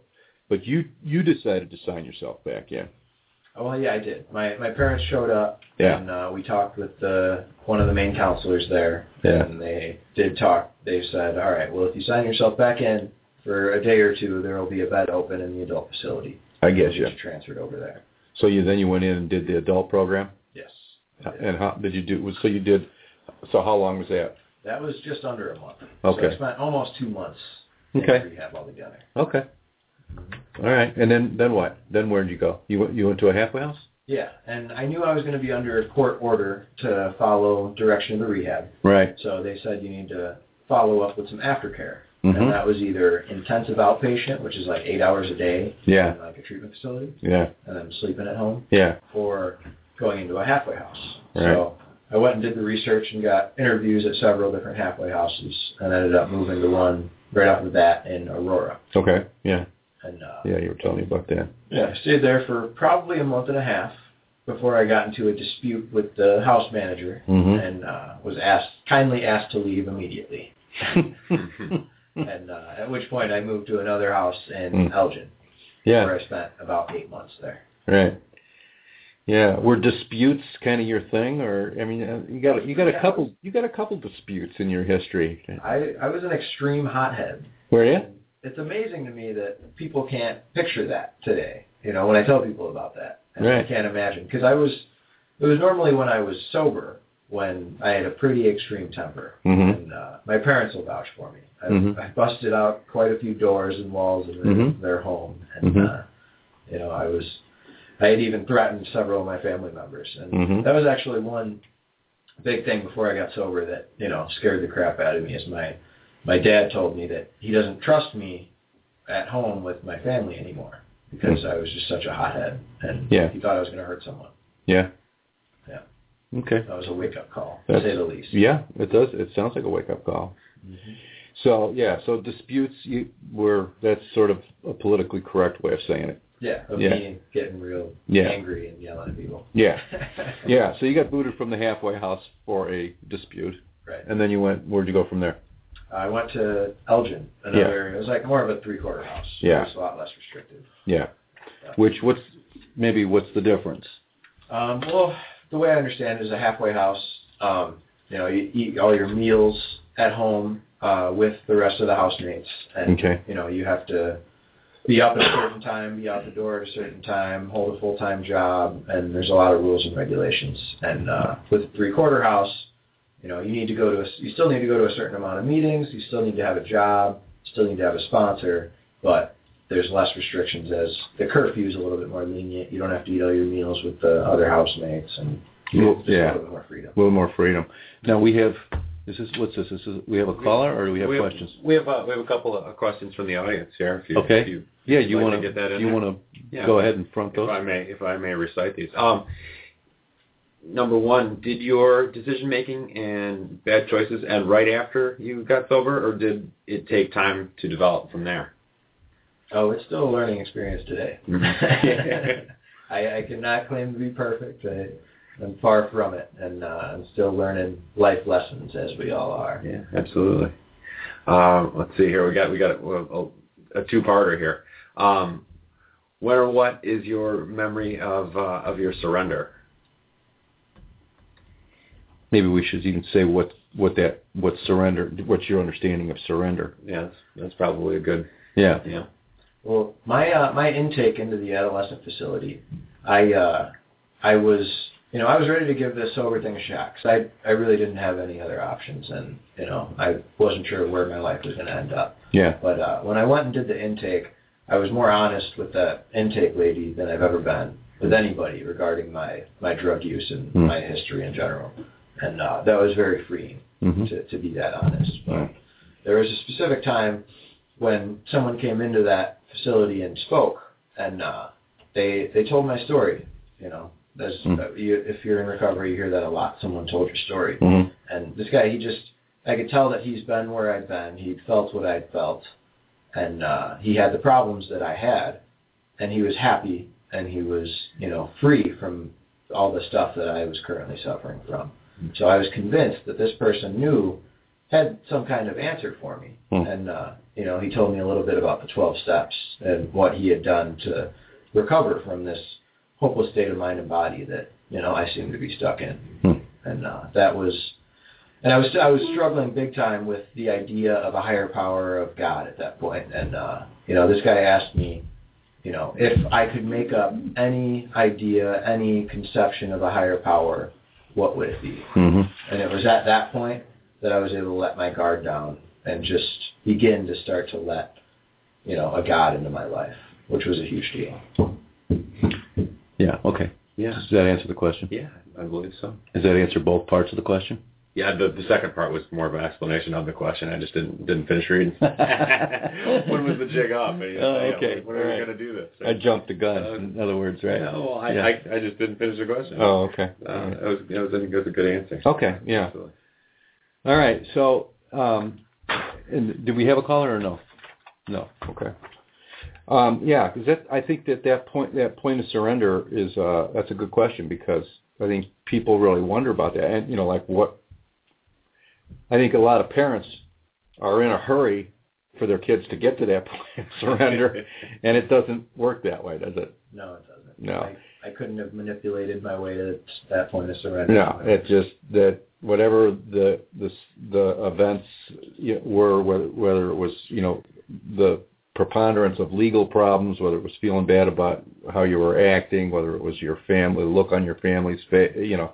S2: but you you decided to sign yourself back in.
S3: oh well, yeah I did my my parents showed up
S2: Yeah.
S3: and uh, we talked with the one of the main counselors there
S2: Yeah.
S3: and they did talk they said all right well if you sign yourself back in for a day or two there will be a bed open in the adult facility
S2: I guess
S3: We'll
S2: yeah.
S3: get you transferred over there
S2: So you then you went in and did the adult program,
S3: yes
S2: and how did you do? So you did. So how long was that?
S3: that was just under a month so I
S2: Okay.
S3: spent almost two months
S2: Okay.
S3: in rehab altogether
S2: Okay. All right, and then then what? Then where'd you go? You went you went to a halfway house,
S3: Yeah, and I knew I was going to be under court order to follow direction of the rehab.
S2: right?
S3: So they said you need to follow up with some aftercare.
S2: Mhm.
S3: And that was either intensive outpatient, which is like eight hours a day
S2: Yeah,
S3: in like a treatment facility,
S2: yeah,
S3: and then sleeping at home,
S2: yeah.
S3: or going into a halfway house.
S2: Right.
S3: So I went and did the research and got interviews at several different halfway houses and ended up moving to one right off the bat in Aurora.
S2: Okay, yeah,
S3: And uh,
S2: yeah. You were telling me about that.
S3: Yeah, I stayed there for probably a month and a half before I got into a dispute with the house manager
S2: Mhm.
S3: and uh, was asked kindly asked to leave immediately. and uh, at which point I moved to another house in
S2: Mm.
S3: Elgin,
S2: yeah,
S3: where I spent about eight months there.
S2: right. Yeah, were disputes kind of your thing, or I mean, uh, you got you got a couple you got a couple disputes in your history.
S3: I I was an extreme hothead.
S2: Were you?
S3: It's amazing to me that people can't picture that today. You know, when I tell people about that, and
S2: Right.
S3: they can't imagine because I was. It was normally when I was sober when I had a pretty extreme temper,
S2: Mm-hmm.
S3: and uh, my parents will vouch for me. I,
S2: Mhm.
S3: I busted out quite a few doors and walls in their,
S2: Mhm.
S3: their home, and
S2: Mhm.
S3: uh, you know, I was. I had even threatened several of my family members, and
S2: Mhm.
S3: that was actually one big thing before I got sober that you know scared the crap out of me. Is my my dad told me that he doesn't trust me at home with my family anymore because I was just such a hothead, and
S2: Mm-hmm. Yeah.
S3: he thought I was going to hurt someone.
S2: Yeah.
S3: Yeah.
S2: Okay.
S3: That was a wake up call,
S2: That's-
S3: to say the least.
S2: Yeah, it does. It sounds like a wake up call. Mm-hmm.
S3: Mhm.
S2: So yeah, so disputes you were that's sort of a politically correct way of saying it.
S3: Yeah, of
S2: Yeah.
S3: me getting real
S2: Yeah.
S3: angry and yelling at people.
S2: Yeah. Yeah. So you got booted from the halfway house for a dispute,
S3: right.
S2: and then you went. Where'd you go from there?
S3: Uh, I went to Elgin, another. It was like more of a three quarter house.
S2: Yeah.
S3: It was a lot less restrictive.
S2: Yeah. Which what's maybe what's the difference?
S3: Um, well, the way I understand it is a halfway house. Um, you know, you eat all your meals at home uh, with the rest of the housemates, and
S2: Okay.
S3: you know you have to be up at a certain time, be out the door at a certain time, hold a full time job, and there's a lot of rules and regulations. And uh, with a three quarter house, you know you need to go to a, you still need to go to a certain amount of meetings, you still need to have a job, still need to have a sponsor, but there's less restrictions as the curfew's a little bit more lenient. You don't have to eat all your meals with the other housemates, and you
S2: Well,
S3: have
S2: yeah.
S3: a little bit more freedom.
S2: A little more freedom. Now we have. Is this what's this? This is we have a caller or do we have questions?
S1: We have uh, we have a couple of questions from the audience here. If you,
S2: Okay.
S1: If you,
S2: Yeah, you
S1: like to
S2: want
S1: get that in
S2: You
S1: there?
S2: want to
S1: yeah.
S2: go ahead and front
S1: If
S2: those?
S1: I may, if I may recite these. Um, number one, did your decision making and bad choices end right after you got sober, or did it take time to develop from there?
S3: Oh, it's still a learning experience today.
S1: Mhm.
S3: I, I cannot claim to be perfect. I, I'm far from it, and uh, I'm still learning life lessons as we all are.
S1: Yeah, absolutely. Um, let's see here. We got we got a, a, a two-parter here. Um, when or what is your memory of uh, of your surrender?
S2: Maybe we should even say what what that what surrender. What's your understanding of surrender?
S1: Yeah, that's, that's probably a good.
S2: Yeah.
S1: Yeah.
S3: Well, my uh, my intake into the adolescent facility, I uh, I was you know I was ready to give this sober thing a shot 'cause I I really didn't have any other options, and you know I wasn't sure where my life was going to end up.
S2: Yeah.
S3: But uh, when I went and did the intake, I was more honest with that intake lady than I've ever been with anybody regarding my my drug use and
S2: Hmm.
S3: my history in general, and uh, that was very freeing
S1: Mm-hmm.
S2: hmm
S3: to, to be that honest. But
S2: Right.
S3: there was a specific time when someone came into that facility and spoke, and uh, they they told my story. You know, that's
S2: Mm.
S3: uh, you, if you're in recovery, you hear that a lot. Someone told your story,
S2: hmm
S3: and this guy, he just I could tell that he's been where I'd been. He'd felt what I'd felt, and uh, he had the problems that I had, and he was happy, and he was you know free from all the stuff that I was currently suffering from. So I was convinced that this person knew had some kind of answer for me,
S2: Hmm.
S3: and uh, you know he told me a little bit about the 12 steps and what he had done to recover from this hopeless state of mind and body that you know I seemed to be stuck in,
S2: Hmm.
S3: and uh, that was and I was I was struggling big time with the idea of a higher power of God at that point. And uh, you know, this guy asked me, you know, if I could make up any idea, any conception of a higher power, what would it be?
S2: hmm
S3: And it was at that point that I was able to let my guard down and just begin to start to let, you know, a God into my life, which was a huge deal.
S2: Yeah. Okay.
S1: Yeah.
S2: Does that answer the question?
S1: Yeah, I believe so.
S2: Does that answer both parts of the question?
S1: Yeah, the, the second part was more of an explanation of the question. I just didn't didn't finish reading. when was the jig up? And, you
S2: Oh,
S1: say, yeah,
S2: okay.
S1: When, when are we
S2: All right.
S1: going to do this?
S2: I jumped the gun.
S1: Uh,
S2: in other words, right?
S1: Yeah, well, I,
S2: Yeah.
S1: I, I just didn't finish the question.
S2: Oh, okay.
S1: Uh, that was, that was, I think that was a good answer.
S2: Okay. Yeah.
S1: Absolutely.
S2: All right. So, um, and do we have a caller or no? No. Okay. Um, yeah, because that I think that that point that point of surrender is uh, that's a good question because I think people really wonder about that and you know like what I think a lot of parents are in a hurry for their kids to get to that point of surrender and it doesn't work that way, does it?
S3: No, it doesn't.
S2: No.
S3: I I couldn't have manipulated my way to that point of surrender.
S2: No, it just that whatever the the the events you know, were, whether whether it was you know the preponderance of legal problems, whether it was feeling bad about how you were acting, whether it was your family look on your family's face, you know,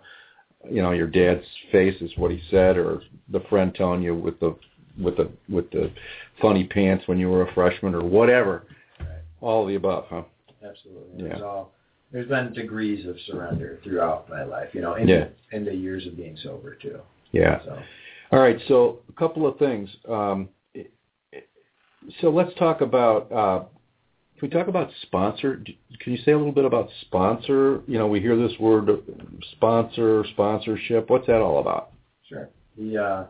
S2: you know your dad's face is what he said, or the friend telling you with the with the with the funny pants when you were a freshman, or whatever. All of the above, huh?
S3: Absolutely.
S2: Yeah.
S3: There's all there's been degrees of surrender throughout my life, you know, in
S2: Yeah.
S3: in the years of being sober too.
S2: Yeah.
S3: So
S2: All right, so a couple of things. Um, it- it- so let's talk about. Uh, can we talk about sponsor? D- Can you say a little bit about sponsor? You know, we hear this word uh, sponsor, sponsorship. What's that all about?
S3: sure. The uh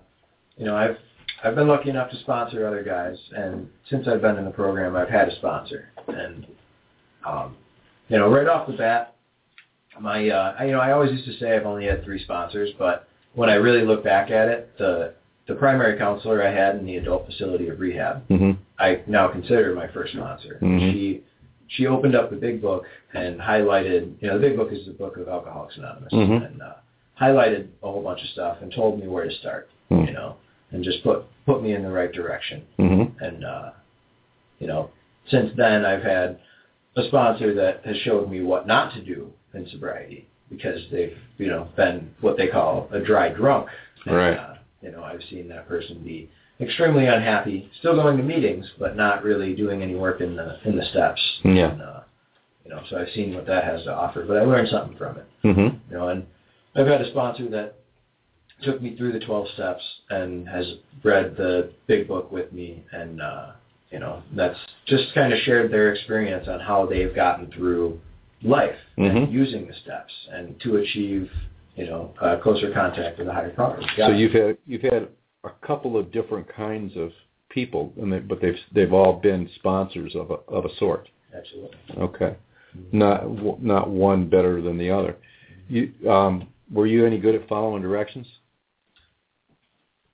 S3: you know, I've I've been lucky enough to sponsor other guys and since I've been in the program I've had a sponsor. And um you know, right off the bat my uh I, you know, I always used to say I've only had three sponsors, but when I really look back at it, the the primary counselor I had in the adult facility of rehab
S2: Mm-hmm.
S3: I now consider my first sponsor.
S2: Mhm.
S3: She she opened up the big book and highlighted. You know, the big book is the book of Alcoholics Anonymous,
S2: Mhm.
S3: and uh, highlighted a whole bunch of stuff and told me where to start.
S2: Mm.
S3: You know, and just put put me in the right direction.
S2: Mm-hmm.
S3: And uh, you know, since then I've had a sponsor that has showed me what not to do in sobriety because they've you know been what they call a dry drunk. And,
S2: Right.
S3: Uh, you know, I've seen that person be extremely unhappy, still going to meetings, but not really doing any work in the in the steps.
S2: Yeah.
S3: And, uh, you know, so I've seen what that has to offer, but I learned something from it
S2: Mm-hmm.
S3: you know, and I've had a sponsor that took me through the 12 steps and has read the big book with me and, uh, you know, that's just kind of shared their experience on how they've gotten through life
S2: Mhm.
S3: and using the steps and to achieve, you know, uh, closer contact with the higher power.
S2: So you've had you've had a couple of different kinds of people, and they, but they've they've all been sponsors of a, of a sort.
S3: Absolutely.
S2: Okay. Not w- not one better than the other. You um, were you any good at following directions?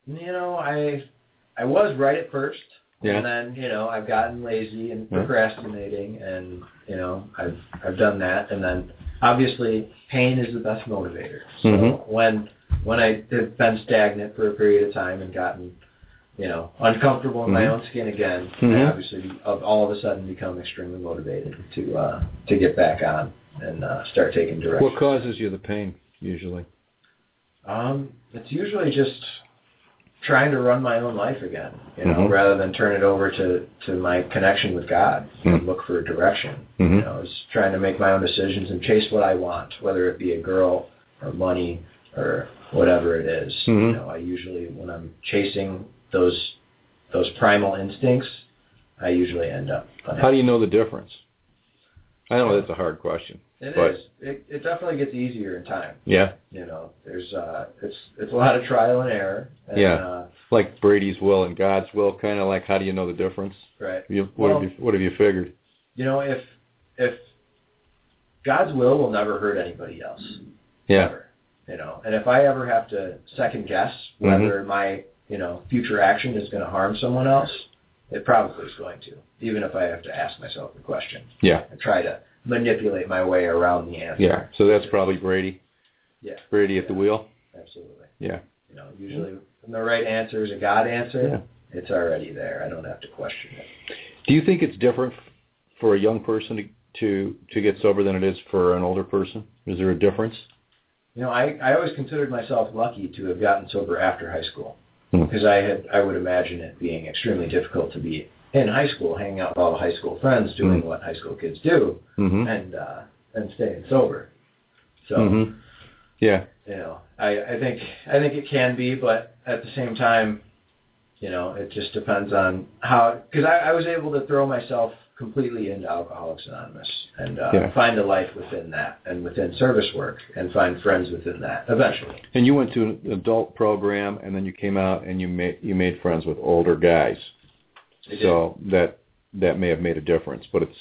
S3: You know, I I was right at first,
S2: Yeah.
S3: and then you know I've gotten lazy and
S2: Yeah.
S3: procrastinating, and you know I've I've done that, and then obviously pain is the best motivator. So
S2: Mhm.
S3: when when I have been stagnant for a period of time and gotten you know uncomfortable in my
S2: Mhm.
S3: own skin again,
S2: Mhm.
S3: I obviously of all of a sudden become extremely motivated to uh, to get back on and uh, start taking direction.
S2: What causes you the pain usually?
S3: Um, it's usually just trying to run my own life again, you know,
S2: Mhm.
S3: rather than turn it over to to my connection with God
S2: Mm-hmm.
S3: and look for direction. You
S2: Mhm.
S3: know, it's trying to make my own decisions and chase what I want, whether it be a girl or money or whatever it is.
S2: Mhm.
S3: You know, I usually when I'm chasing those those primal instincts, I usually end up.
S2: How do you know the difference? I know that's a hard question.
S3: It
S2: but-
S3: is. It, it definitely gets easier in time.
S2: Yeah,
S3: You know, there's uh, it's it's a lot of trial and error. And,
S2: Yeah.
S3: Uh,
S2: like Brady's will and God's will, kind of like how do you know the difference?
S3: right.
S2: You, what
S3: Well-
S2: have you What have you figured?
S3: you know, if if God's will will never hurt anybody else.
S2: Yeah,
S3: Ever, you know, and if I ever have to second guess
S2: Mm-hmm.
S3: whether my you know future action is going to harm someone else, it probably is going to. Even if I have to ask myself the question.
S2: Yeah.
S3: And try to manipulate my way around the answer.
S2: yeah. So that's probably Brady.
S3: Yeah.
S2: Brady at the wheel.
S3: Absolutely.
S2: Yeah.
S3: You know, usually when the right answer is a God answer, it's already there. I don't have to question it.
S2: Do you think it's different for a young person to to to get sober than it is for an older person? Is there a difference?
S3: You know, I, I always considered myself lucky to have gotten sober after high school
S2: Hmm.
S3: because I had I would imagine it being extremely difficult to be in high school, hanging out with all the high school friends, doing
S2: Hmm.
S3: what high school kids do,
S2: Mm-hmm.
S3: and uh, and staying sober. So
S2: mm-hmm. Yeah.
S3: you know, I, I think I think it can be, but at the same time, you know, it just depends on how because I, I was able to throw myself completely into Alcoholics Anonymous and uh,
S2: Yeah.
S3: find a life within that and within service work and find friends within that eventually.
S2: And you went to an adult program, and then you came out and you made you made friends with older guys.
S3: It did.
S2: So that that may have made a difference, but it's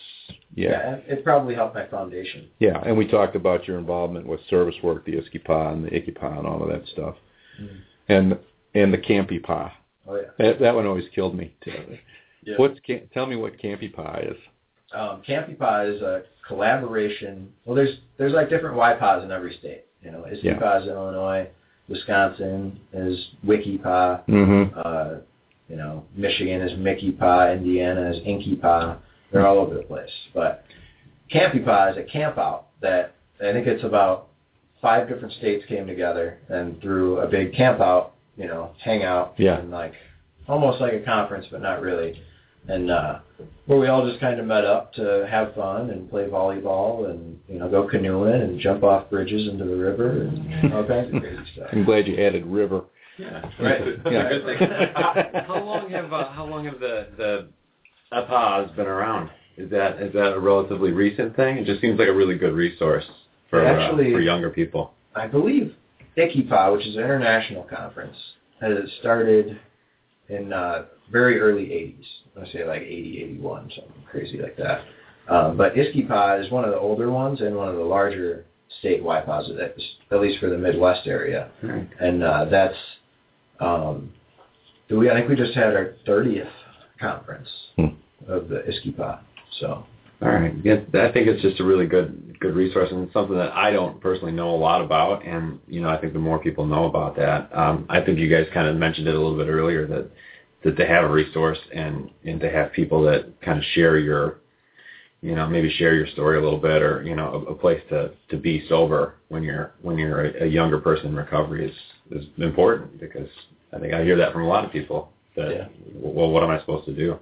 S2: yeah,
S3: yeah, it probably helped my foundation.
S2: yeah. And we talked about your involvement with service work, the Iski Pa and the Icky Pa and all of that stuff,
S3: Mm.
S2: and and the Campy Pa.
S3: Oh yeah.
S2: That, that one always killed me. Too.
S3: Yeah.
S2: What's Cam- tell me what Campy Pa is?
S3: Um, Campy Pie is a collaboration. Well, there's there's like different YPOs in every state. You know, ISTPOs
S2: Yeah.
S3: in Illinois, Wisconsin is WikiPA,
S2: Mm-hmm.
S3: uh, you know, Michigan is MickeyPA, Indiana is InkyPA. They're all over the place. But CampyPA is a camp out that I think it's about five different states came together and through a big camp out, you know, hangout
S2: Yeah.
S3: and like almost like a conference but not really. And uh where we all just kind of met up to have fun and play volleyball and you know go canoeing and jump off bridges into the river and all kinds of crazy stuff.
S2: I'm glad you added river.
S1: Yeah, right.
S2: Yeah.
S1: Good thing. how, how long have uh, how long have the the APAs been around? Is that is that a relatively recent thing? It just seems like a really good resource for
S3: Actually-
S1: uh, for younger people.
S3: I believe ICIPA, which is an international conference, has started in uh, very early 80s. I wanna say like 80, 81, something crazy like that. Um, but ISKIPA is one of the older ones and one of the larger state YPAs, at at least for the Midwest area.
S1: Right.
S3: And uh, that's, um, do we, I think we just had our 30th conference
S2: Hmm.
S3: of the ISKIPA. So,
S1: All right. Yeah, I think it's just a really good good resource and it's something that I don't personally know a lot about. And you know, I think the more people know about that, um, I think you guys kind of mentioned it a little bit earlier that that to have a resource and and to have people that kind of share your you know maybe share your story a little bit or you know a, a place to to be sober when you're when you're a, a younger person in recovery is is important because I think I hear that from a lot of people that
S3: Yeah.
S1: well what am I supposed to do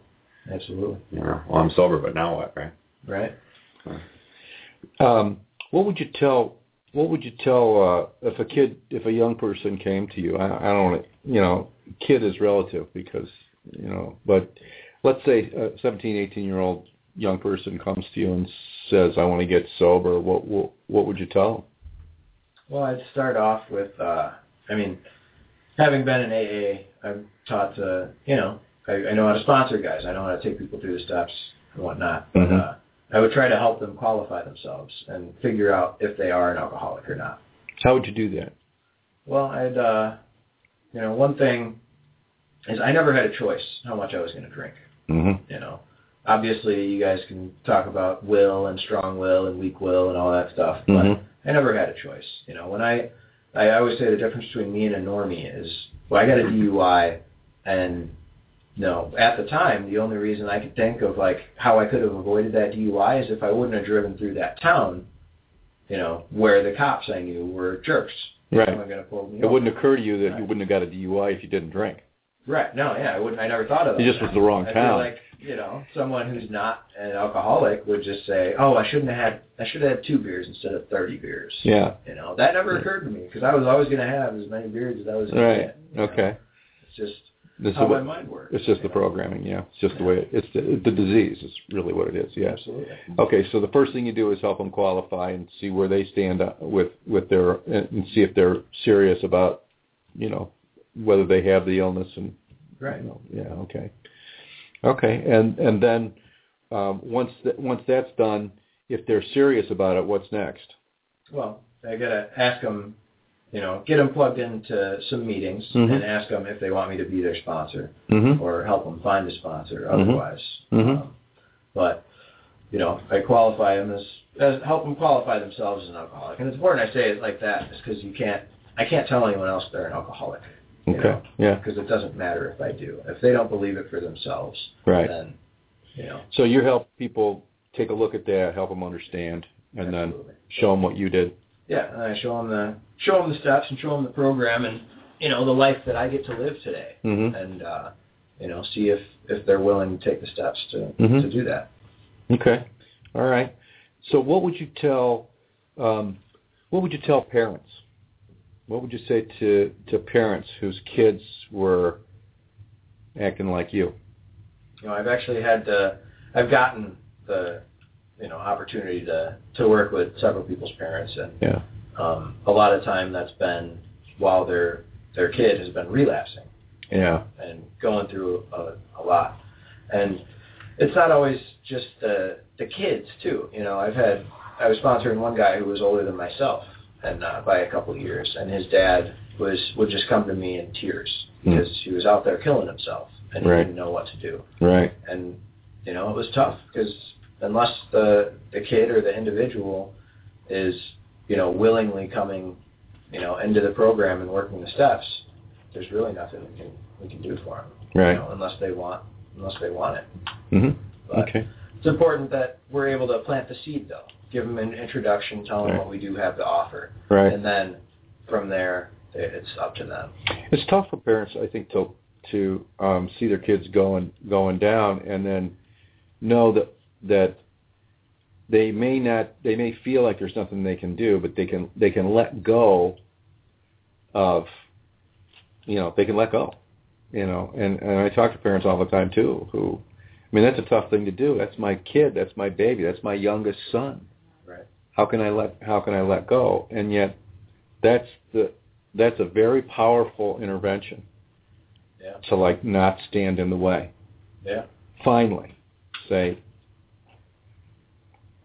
S3: absolutely.
S1: you know well I'm sober but now what right
S3: Right?
S2: Um, what would you tell? What would you tell uh, if a kid, if a young person came to you? I, I don't, wanna- you know, kid is relative because you know, but let's say a 17, 18 year old young person comes to you and says, "I want to get sober." What what, what would you tell
S3: Well, I'd start off with, uh, I mean, having been in AA, I'm taught to, you know, I, I know how to sponsor guys. I know how to take people through the steps and whatnot. But,
S2: Mhm.
S3: uh, I would try to help them qualify themselves and figure out if they are an alcoholic or not.
S2: them? How would you do that?
S3: Well, I'd, uh, you know, one thing is I never had a choice how much I was going to drink.
S2: Mm-hmm.
S3: You know, obviously you guys can talk about will and strong will and weak will and all that stuff, but
S2: Mhm.
S3: I never had a choice. You know, when I I always say the difference between me and a normie is well, I got a DUI, and no, at the time the only reason I could think of like how I could have avoided that DUI is if I wouldn't have driven through that town, you know, where the cops I knew were jerks.
S2: Right.
S3: Someone gonna pull me
S2: It
S3: over.
S2: wouldn't occur to you that you wouldn't have got a DUI if you didn't drink.
S3: Right. No, yeah, I wouldn't. I never thought of that.
S2: It just was the wrong
S3: I
S2: town.
S3: Feel like you know, someone who's not an alcoholic would just say, "Oh, I shouldn't have had. I should have had two beers instead of thirty beers."
S2: Yeah.
S3: You know, that never occurred to me because I was always going to have as many beers as I was going to
S2: Right.
S3: get. you know.
S2: Okay.
S3: It's just
S2: This
S3: how
S2: is
S3: Uh, my
S2: what,
S3: mind works.
S2: it's just the
S3: you know.
S2: programming. Yeah. It's just the way it, it's the, the disease is really what it is. Yes.
S3: Absolutely.
S2: Okay, so the first thing you do is help them qualify and see where they stand up with with their and see if they're serious about, you know, whether they have the illness and
S3: Right.
S2: you know, yeah, okay, okay, and and then um, once that once that's done, if they're serious about it, what's next?
S3: Well, I got to ask them, you know, get them plugged into some meetings
S2: Mhm.
S3: and ask them if they want me to be their sponsor
S2: Mm-hmm.
S3: or help them find a sponsor
S2: Mhm.
S3: otherwise.
S2: Mhm.
S3: Um, but, you know, I qualify them as, as help them qualify themselves as an alcoholic. And it's important I say it like that is because you can't, I can't tell anyone else they're an alcoholic
S2: Okay. Yeah.
S3: because it doesn't matter if I do. If they don't believe it for themselves,
S2: Right.
S3: then, you know,
S2: So you help people take a look at that, help them understand, and then
S3: Absolutely.
S2: show them what you did.
S3: yeah, and I show them the show them the steps and show them the program and you know the life that I get to live today,
S2: Mm-hmm.
S3: and uh, you know see if if they're willing to take the steps to
S2: Mhm.
S3: to do that.
S2: Okay. All right. So what would you tell um, what would you tell parents? What would you say to, to parents whose kids were acting like you?
S3: You know, I've actually had to, I've gotten the you know opportunity to to work with several people's parents, and
S2: Yeah.
S3: um, a lot of time that's been while their their kid has been relapsing.
S2: Yeah.
S3: and going through a, a lot. And it's not always just the the kids too. You know, I've had I was sponsoring one guy who was older than myself and uh, by a couple of years, and his dad was would just come to me in tears
S2: Hmm.
S3: because he was out there killing himself and he
S2: Right.
S3: didn't know what to do.
S2: Right.
S3: And you know, it was tough because unless the the kid or the individual is you know willingly coming you know into the program and working the steps, there's really nothing we can we can do for them.
S2: Right.
S3: You know, unless they want unless they want it.
S2: Mm-hmm.
S3: But
S2: Okay.
S3: it's important that we're able to plant the seed though. Give them an introduction, tell them
S2: Right.
S3: what we do have to offer,
S2: Right.
S3: and then from there it's up to them.
S2: It's tough for parents, I think, to to um, see their kids going going down, and then know that that they may not they may feel like there's nothing they can do, but they can they can let go of you know they can let go, you know. And and I talk to parents all the time too, who I mean that's a tough thing to do. That's my kid. That's my baby. That's my youngest son.
S3: Right.
S2: How can I let How can I let go? And yet, that's the that's a very powerful intervention
S3: Yeah.
S2: to like not stand in the way.
S3: Yeah.
S2: Finally, say,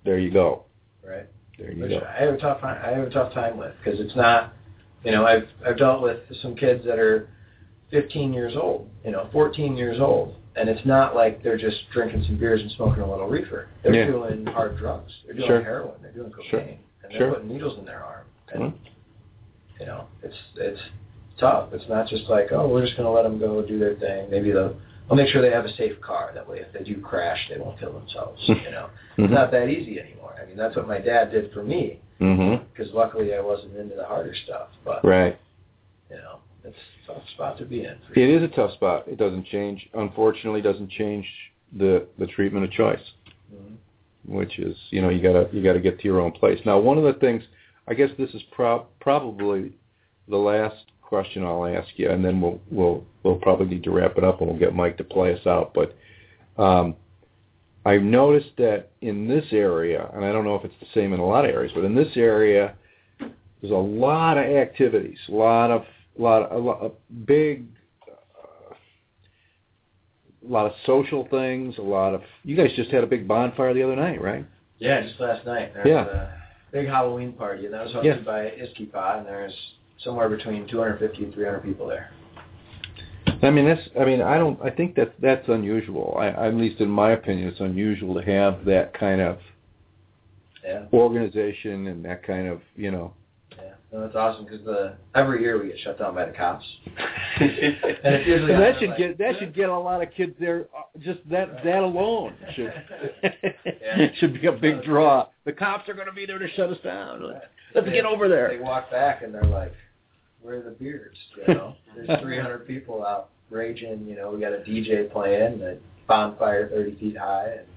S2: there you go.
S3: Right.
S2: There you
S3: which
S2: go.
S3: I have a tough time, I have a tough time with because it's not, you know, I've I've dealt with some kids that are 15 years old, you know, 14 years old, and it's not like they're just drinking some beers and smoking a little reefer. They're
S2: Yeah.
S3: doing hard drugs. They're doing
S2: Sure.
S3: heroin. They're doing cocaine,
S2: Sure.
S3: and they're
S2: Sure. Mm-hmm.
S3: putting needles in their arm. And you know, it's it's tough. It's not just like oh, we're just gonna let them go do their thing. Maybe they'll. I'll make sure they have a safe car. That way, if they do crash, they won't kill themselves. You know, it's not that easy anymore. I mean, that's what my dad did for me
S2: Mm-hmm.
S3: because luckily I wasn't into the harder stuff. But
S2: Right.
S3: you know, it's a tough spot to be in. For
S2: It is a tough spot. It doesn't change. Unfortunately, doesn't change the the treatment of choice,
S3: Mhm.
S2: which is you know you gotta you gotta get to your own place. Now, one of the things I guess this is prob probably the last question I'll ask you, and then we'll we'll we'll probably need to wrap it up, and we'll get Mike to play us out. But um, I've noticed that in this area, and I don't know if it's the same in a lot of areas, but in this area, there's a lot of activities, a lot of lot a lot of big, uh, a lot of social things, a lot of. You guys just had a big bonfire the other night, right?
S3: Yeah, just last night there was a big Halloween party, and that was hosted
S2: Yeah.
S3: by Iski Pa, and there's somewhere between 250 and 300 people there.
S2: I mean, that's. I mean, I don't. I think that that's unusual. I, at least in my opinion, it's unusual to have that kind of
S3: Yeah,
S2: organization and that kind of, you know.
S3: yeah. No, that's awesome because the every year we get shut down by the cops.
S1: And
S3: it's usually
S2: And
S3: on
S2: that should
S3: like-
S2: get that should get a lot of kids there. uh, Just that that alone should
S3: Yeah.
S2: should be a big draw. The cops are going to be there to shut us down. Let's
S3: They-
S2: get over
S3: They
S2: there.
S3: walk back and they're like, "Where are the beers?" You know, there's 300 people out raging. You know, we got a DJ playing, a bonfire 30 feet high, and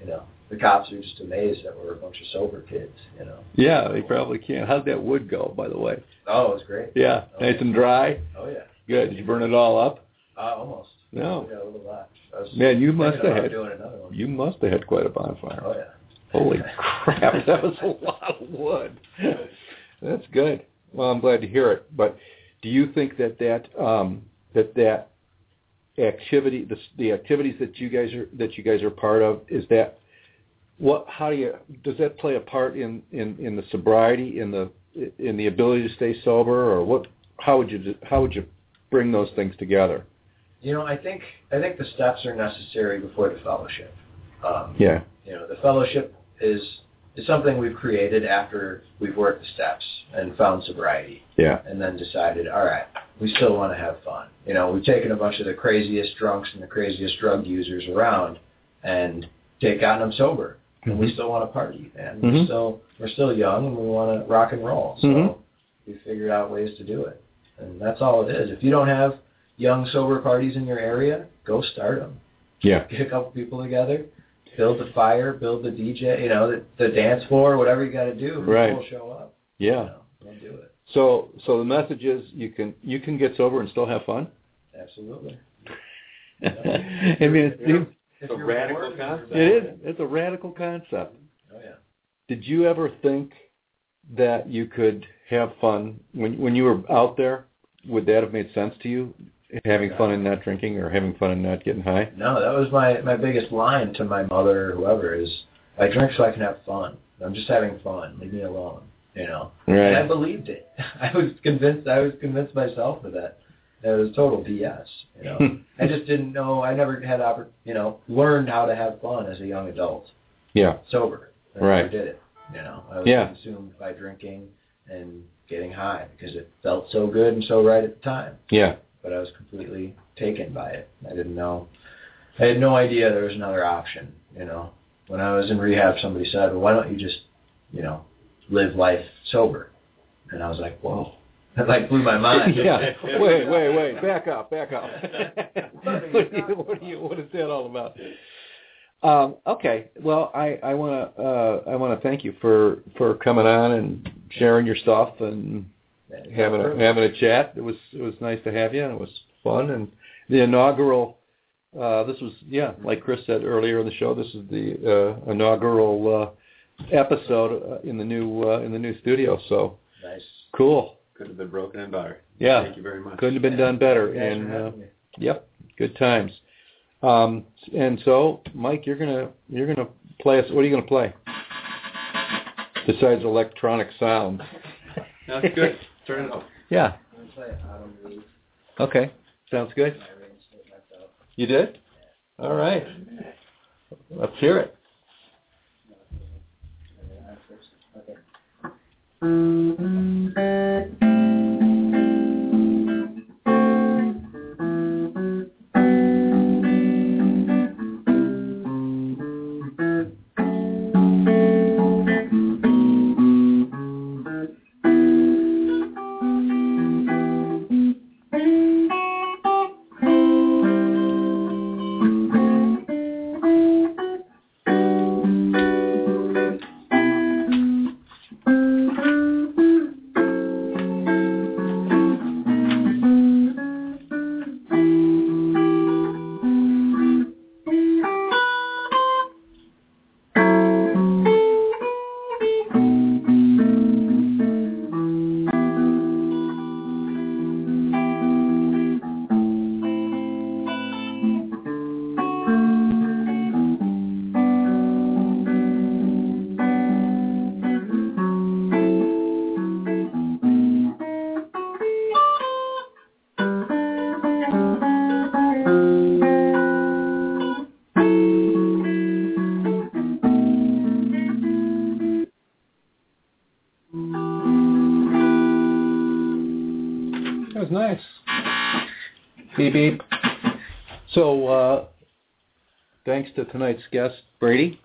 S3: you know, the cops are just amazed that we're a bunch of sober kids. You know,
S2: Yeah, they probably can. How'd that wood go, by the way?
S3: oh, it was great.
S2: Yeah, nice and dry.
S3: Oh yeah,
S2: Good. Did you burn it all up?
S3: uh, almost.
S2: No.
S3: we got a little left. I was
S2: Man, you must
S3: thinking
S2: have
S3: about
S2: had
S3: doing another one.
S2: you must have had quite a bonfire.
S3: Oh yeah.
S2: Holy crap, that was a lot of wood. That's good. Well, I'm glad to hear it. But do you think that that um, that that activity, the, the activities that you guys are that you guys are part of, is that what? How do you does that play a part in in in the sobriety, in the in the ability to stay sober, or what? How would you how would you bring those things together?
S3: You know, I think I think the steps are necessary before the fellowship. Um,
S2: Yeah.
S3: you know the fellowship is is something we've created after we've worked the steps and found sobriety
S2: Yeah.
S3: and then decided all right we still want to have fun you know we've taken a bunch of the craziest drunks and the craziest drug users around and take gotten them sober and we still want to party man we're
S2: Mhm.
S3: still we're still young and we want to rock and roll so
S2: Mhm.
S3: we figured out ways to do it and that's all it is if you don't have young sober parties in your area go start them
S2: Yeah.
S3: get a couple people together, build the fire, build the DJ, you know, the, the dance floor, whatever you got to do.
S2: Right.
S3: People show up. You
S2: Yeah.
S3: know, we'll do it.
S2: So so the message is you can you can get sober and still have fun.
S3: Absolutely.
S2: I mean, it seems
S3: If
S1: a
S3: you're
S1: radical
S3: bored, you're
S1: concept.
S2: it is. It's a radical concept.
S3: Oh yeah.
S2: Did you ever think that you could have fun when when you were out there? Would that have made sense to you, having fun and not drinking, or having fun and not getting high?
S3: No, that was my my biggest line to my mother or whoever is, I drink so I can have fun. I'm just having fun. Leave me alone. You know. And I believed it. I was convinced. I was convinced myself of that. That it was total BS. You know. I just didn't know. I never had, oppor- you know, learned how to have fun as a young adult.
S2: Yeah.
S3: sober. That's
S2: Right.
S3: Who did it? You know, I was
S2: Yeah.
S3: consumed by drinking and getting high because it felt so good and so right at the time.
S2: Yeah.
S3: But I was completely taken by it. I didn't know. I had no idea there was another option. You know, when I was in rehab, somebody said, "Well, why don't you just, you know, live life sober?" And I was like, "Whoa." That like blew my mind.
S2: yeah. Wait, wait, wait. Back up, back up.
S3: What are
S2: what,
S3: you
S2: do you,
S3: talking
S2: what, do you, what is that all about? Um, okay. Well, I, I want to uh, I want to thank you for, for coming on and sharing your stuff and having a, having a chat. It was it was nice to have you and it was fun and the inaugural. Uh, this was yeah, like Chris said earlier in the show. This is the uh, inaugural uh, episode uh, in the new uh, in the new studio. So
S3: nice.
S2: cool.
S1: Could have been broken and better.
S2: Yeah.
S1: Thank you very much.
S2: Couldn't have been done better.
S3: Thanks for
S2: and uh,
S3: having me.
S2: yep, good times. Um, and so, Mike, you're gonna you're gonna play us. What are you gonna play? Besides electronic sound.
S1: That's good. Turn it off.
S2: Yeah.
S3: I'm gonna play Autumn Leaves.
S2: Okay. Sounds good.
S3: I arranged it myself.
S2: You did? All right. Let's hear it.
S3: Okay.
S2: That was nice. Beep beep. So, uh, thanks to tonight's guest, Brady,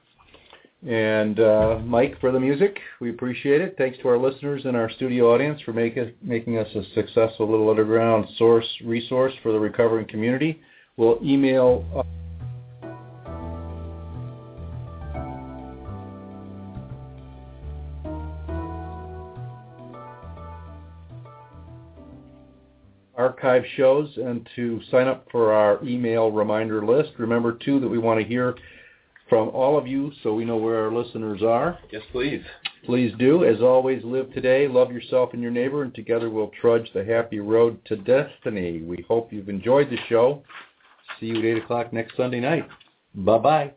S2: and uh, Mike for the music. We appreciate it. Thanks to our listeners and our studio audience for make it, making us a successful little underground source resource for the recovering community. We'll email. Uh, archive shows and to sign up for our email reminder list. Remember, too, that we want to hear from all of you so we know where our listeners are.
S1: Yes, please.
S2: Please do. As always, live today, love yourself and your neighbor, and together we'll trudge the happy road to destiny. We hope you've enjoyed the show. See you at 8 o'clock next Sunday night. Bye-bye.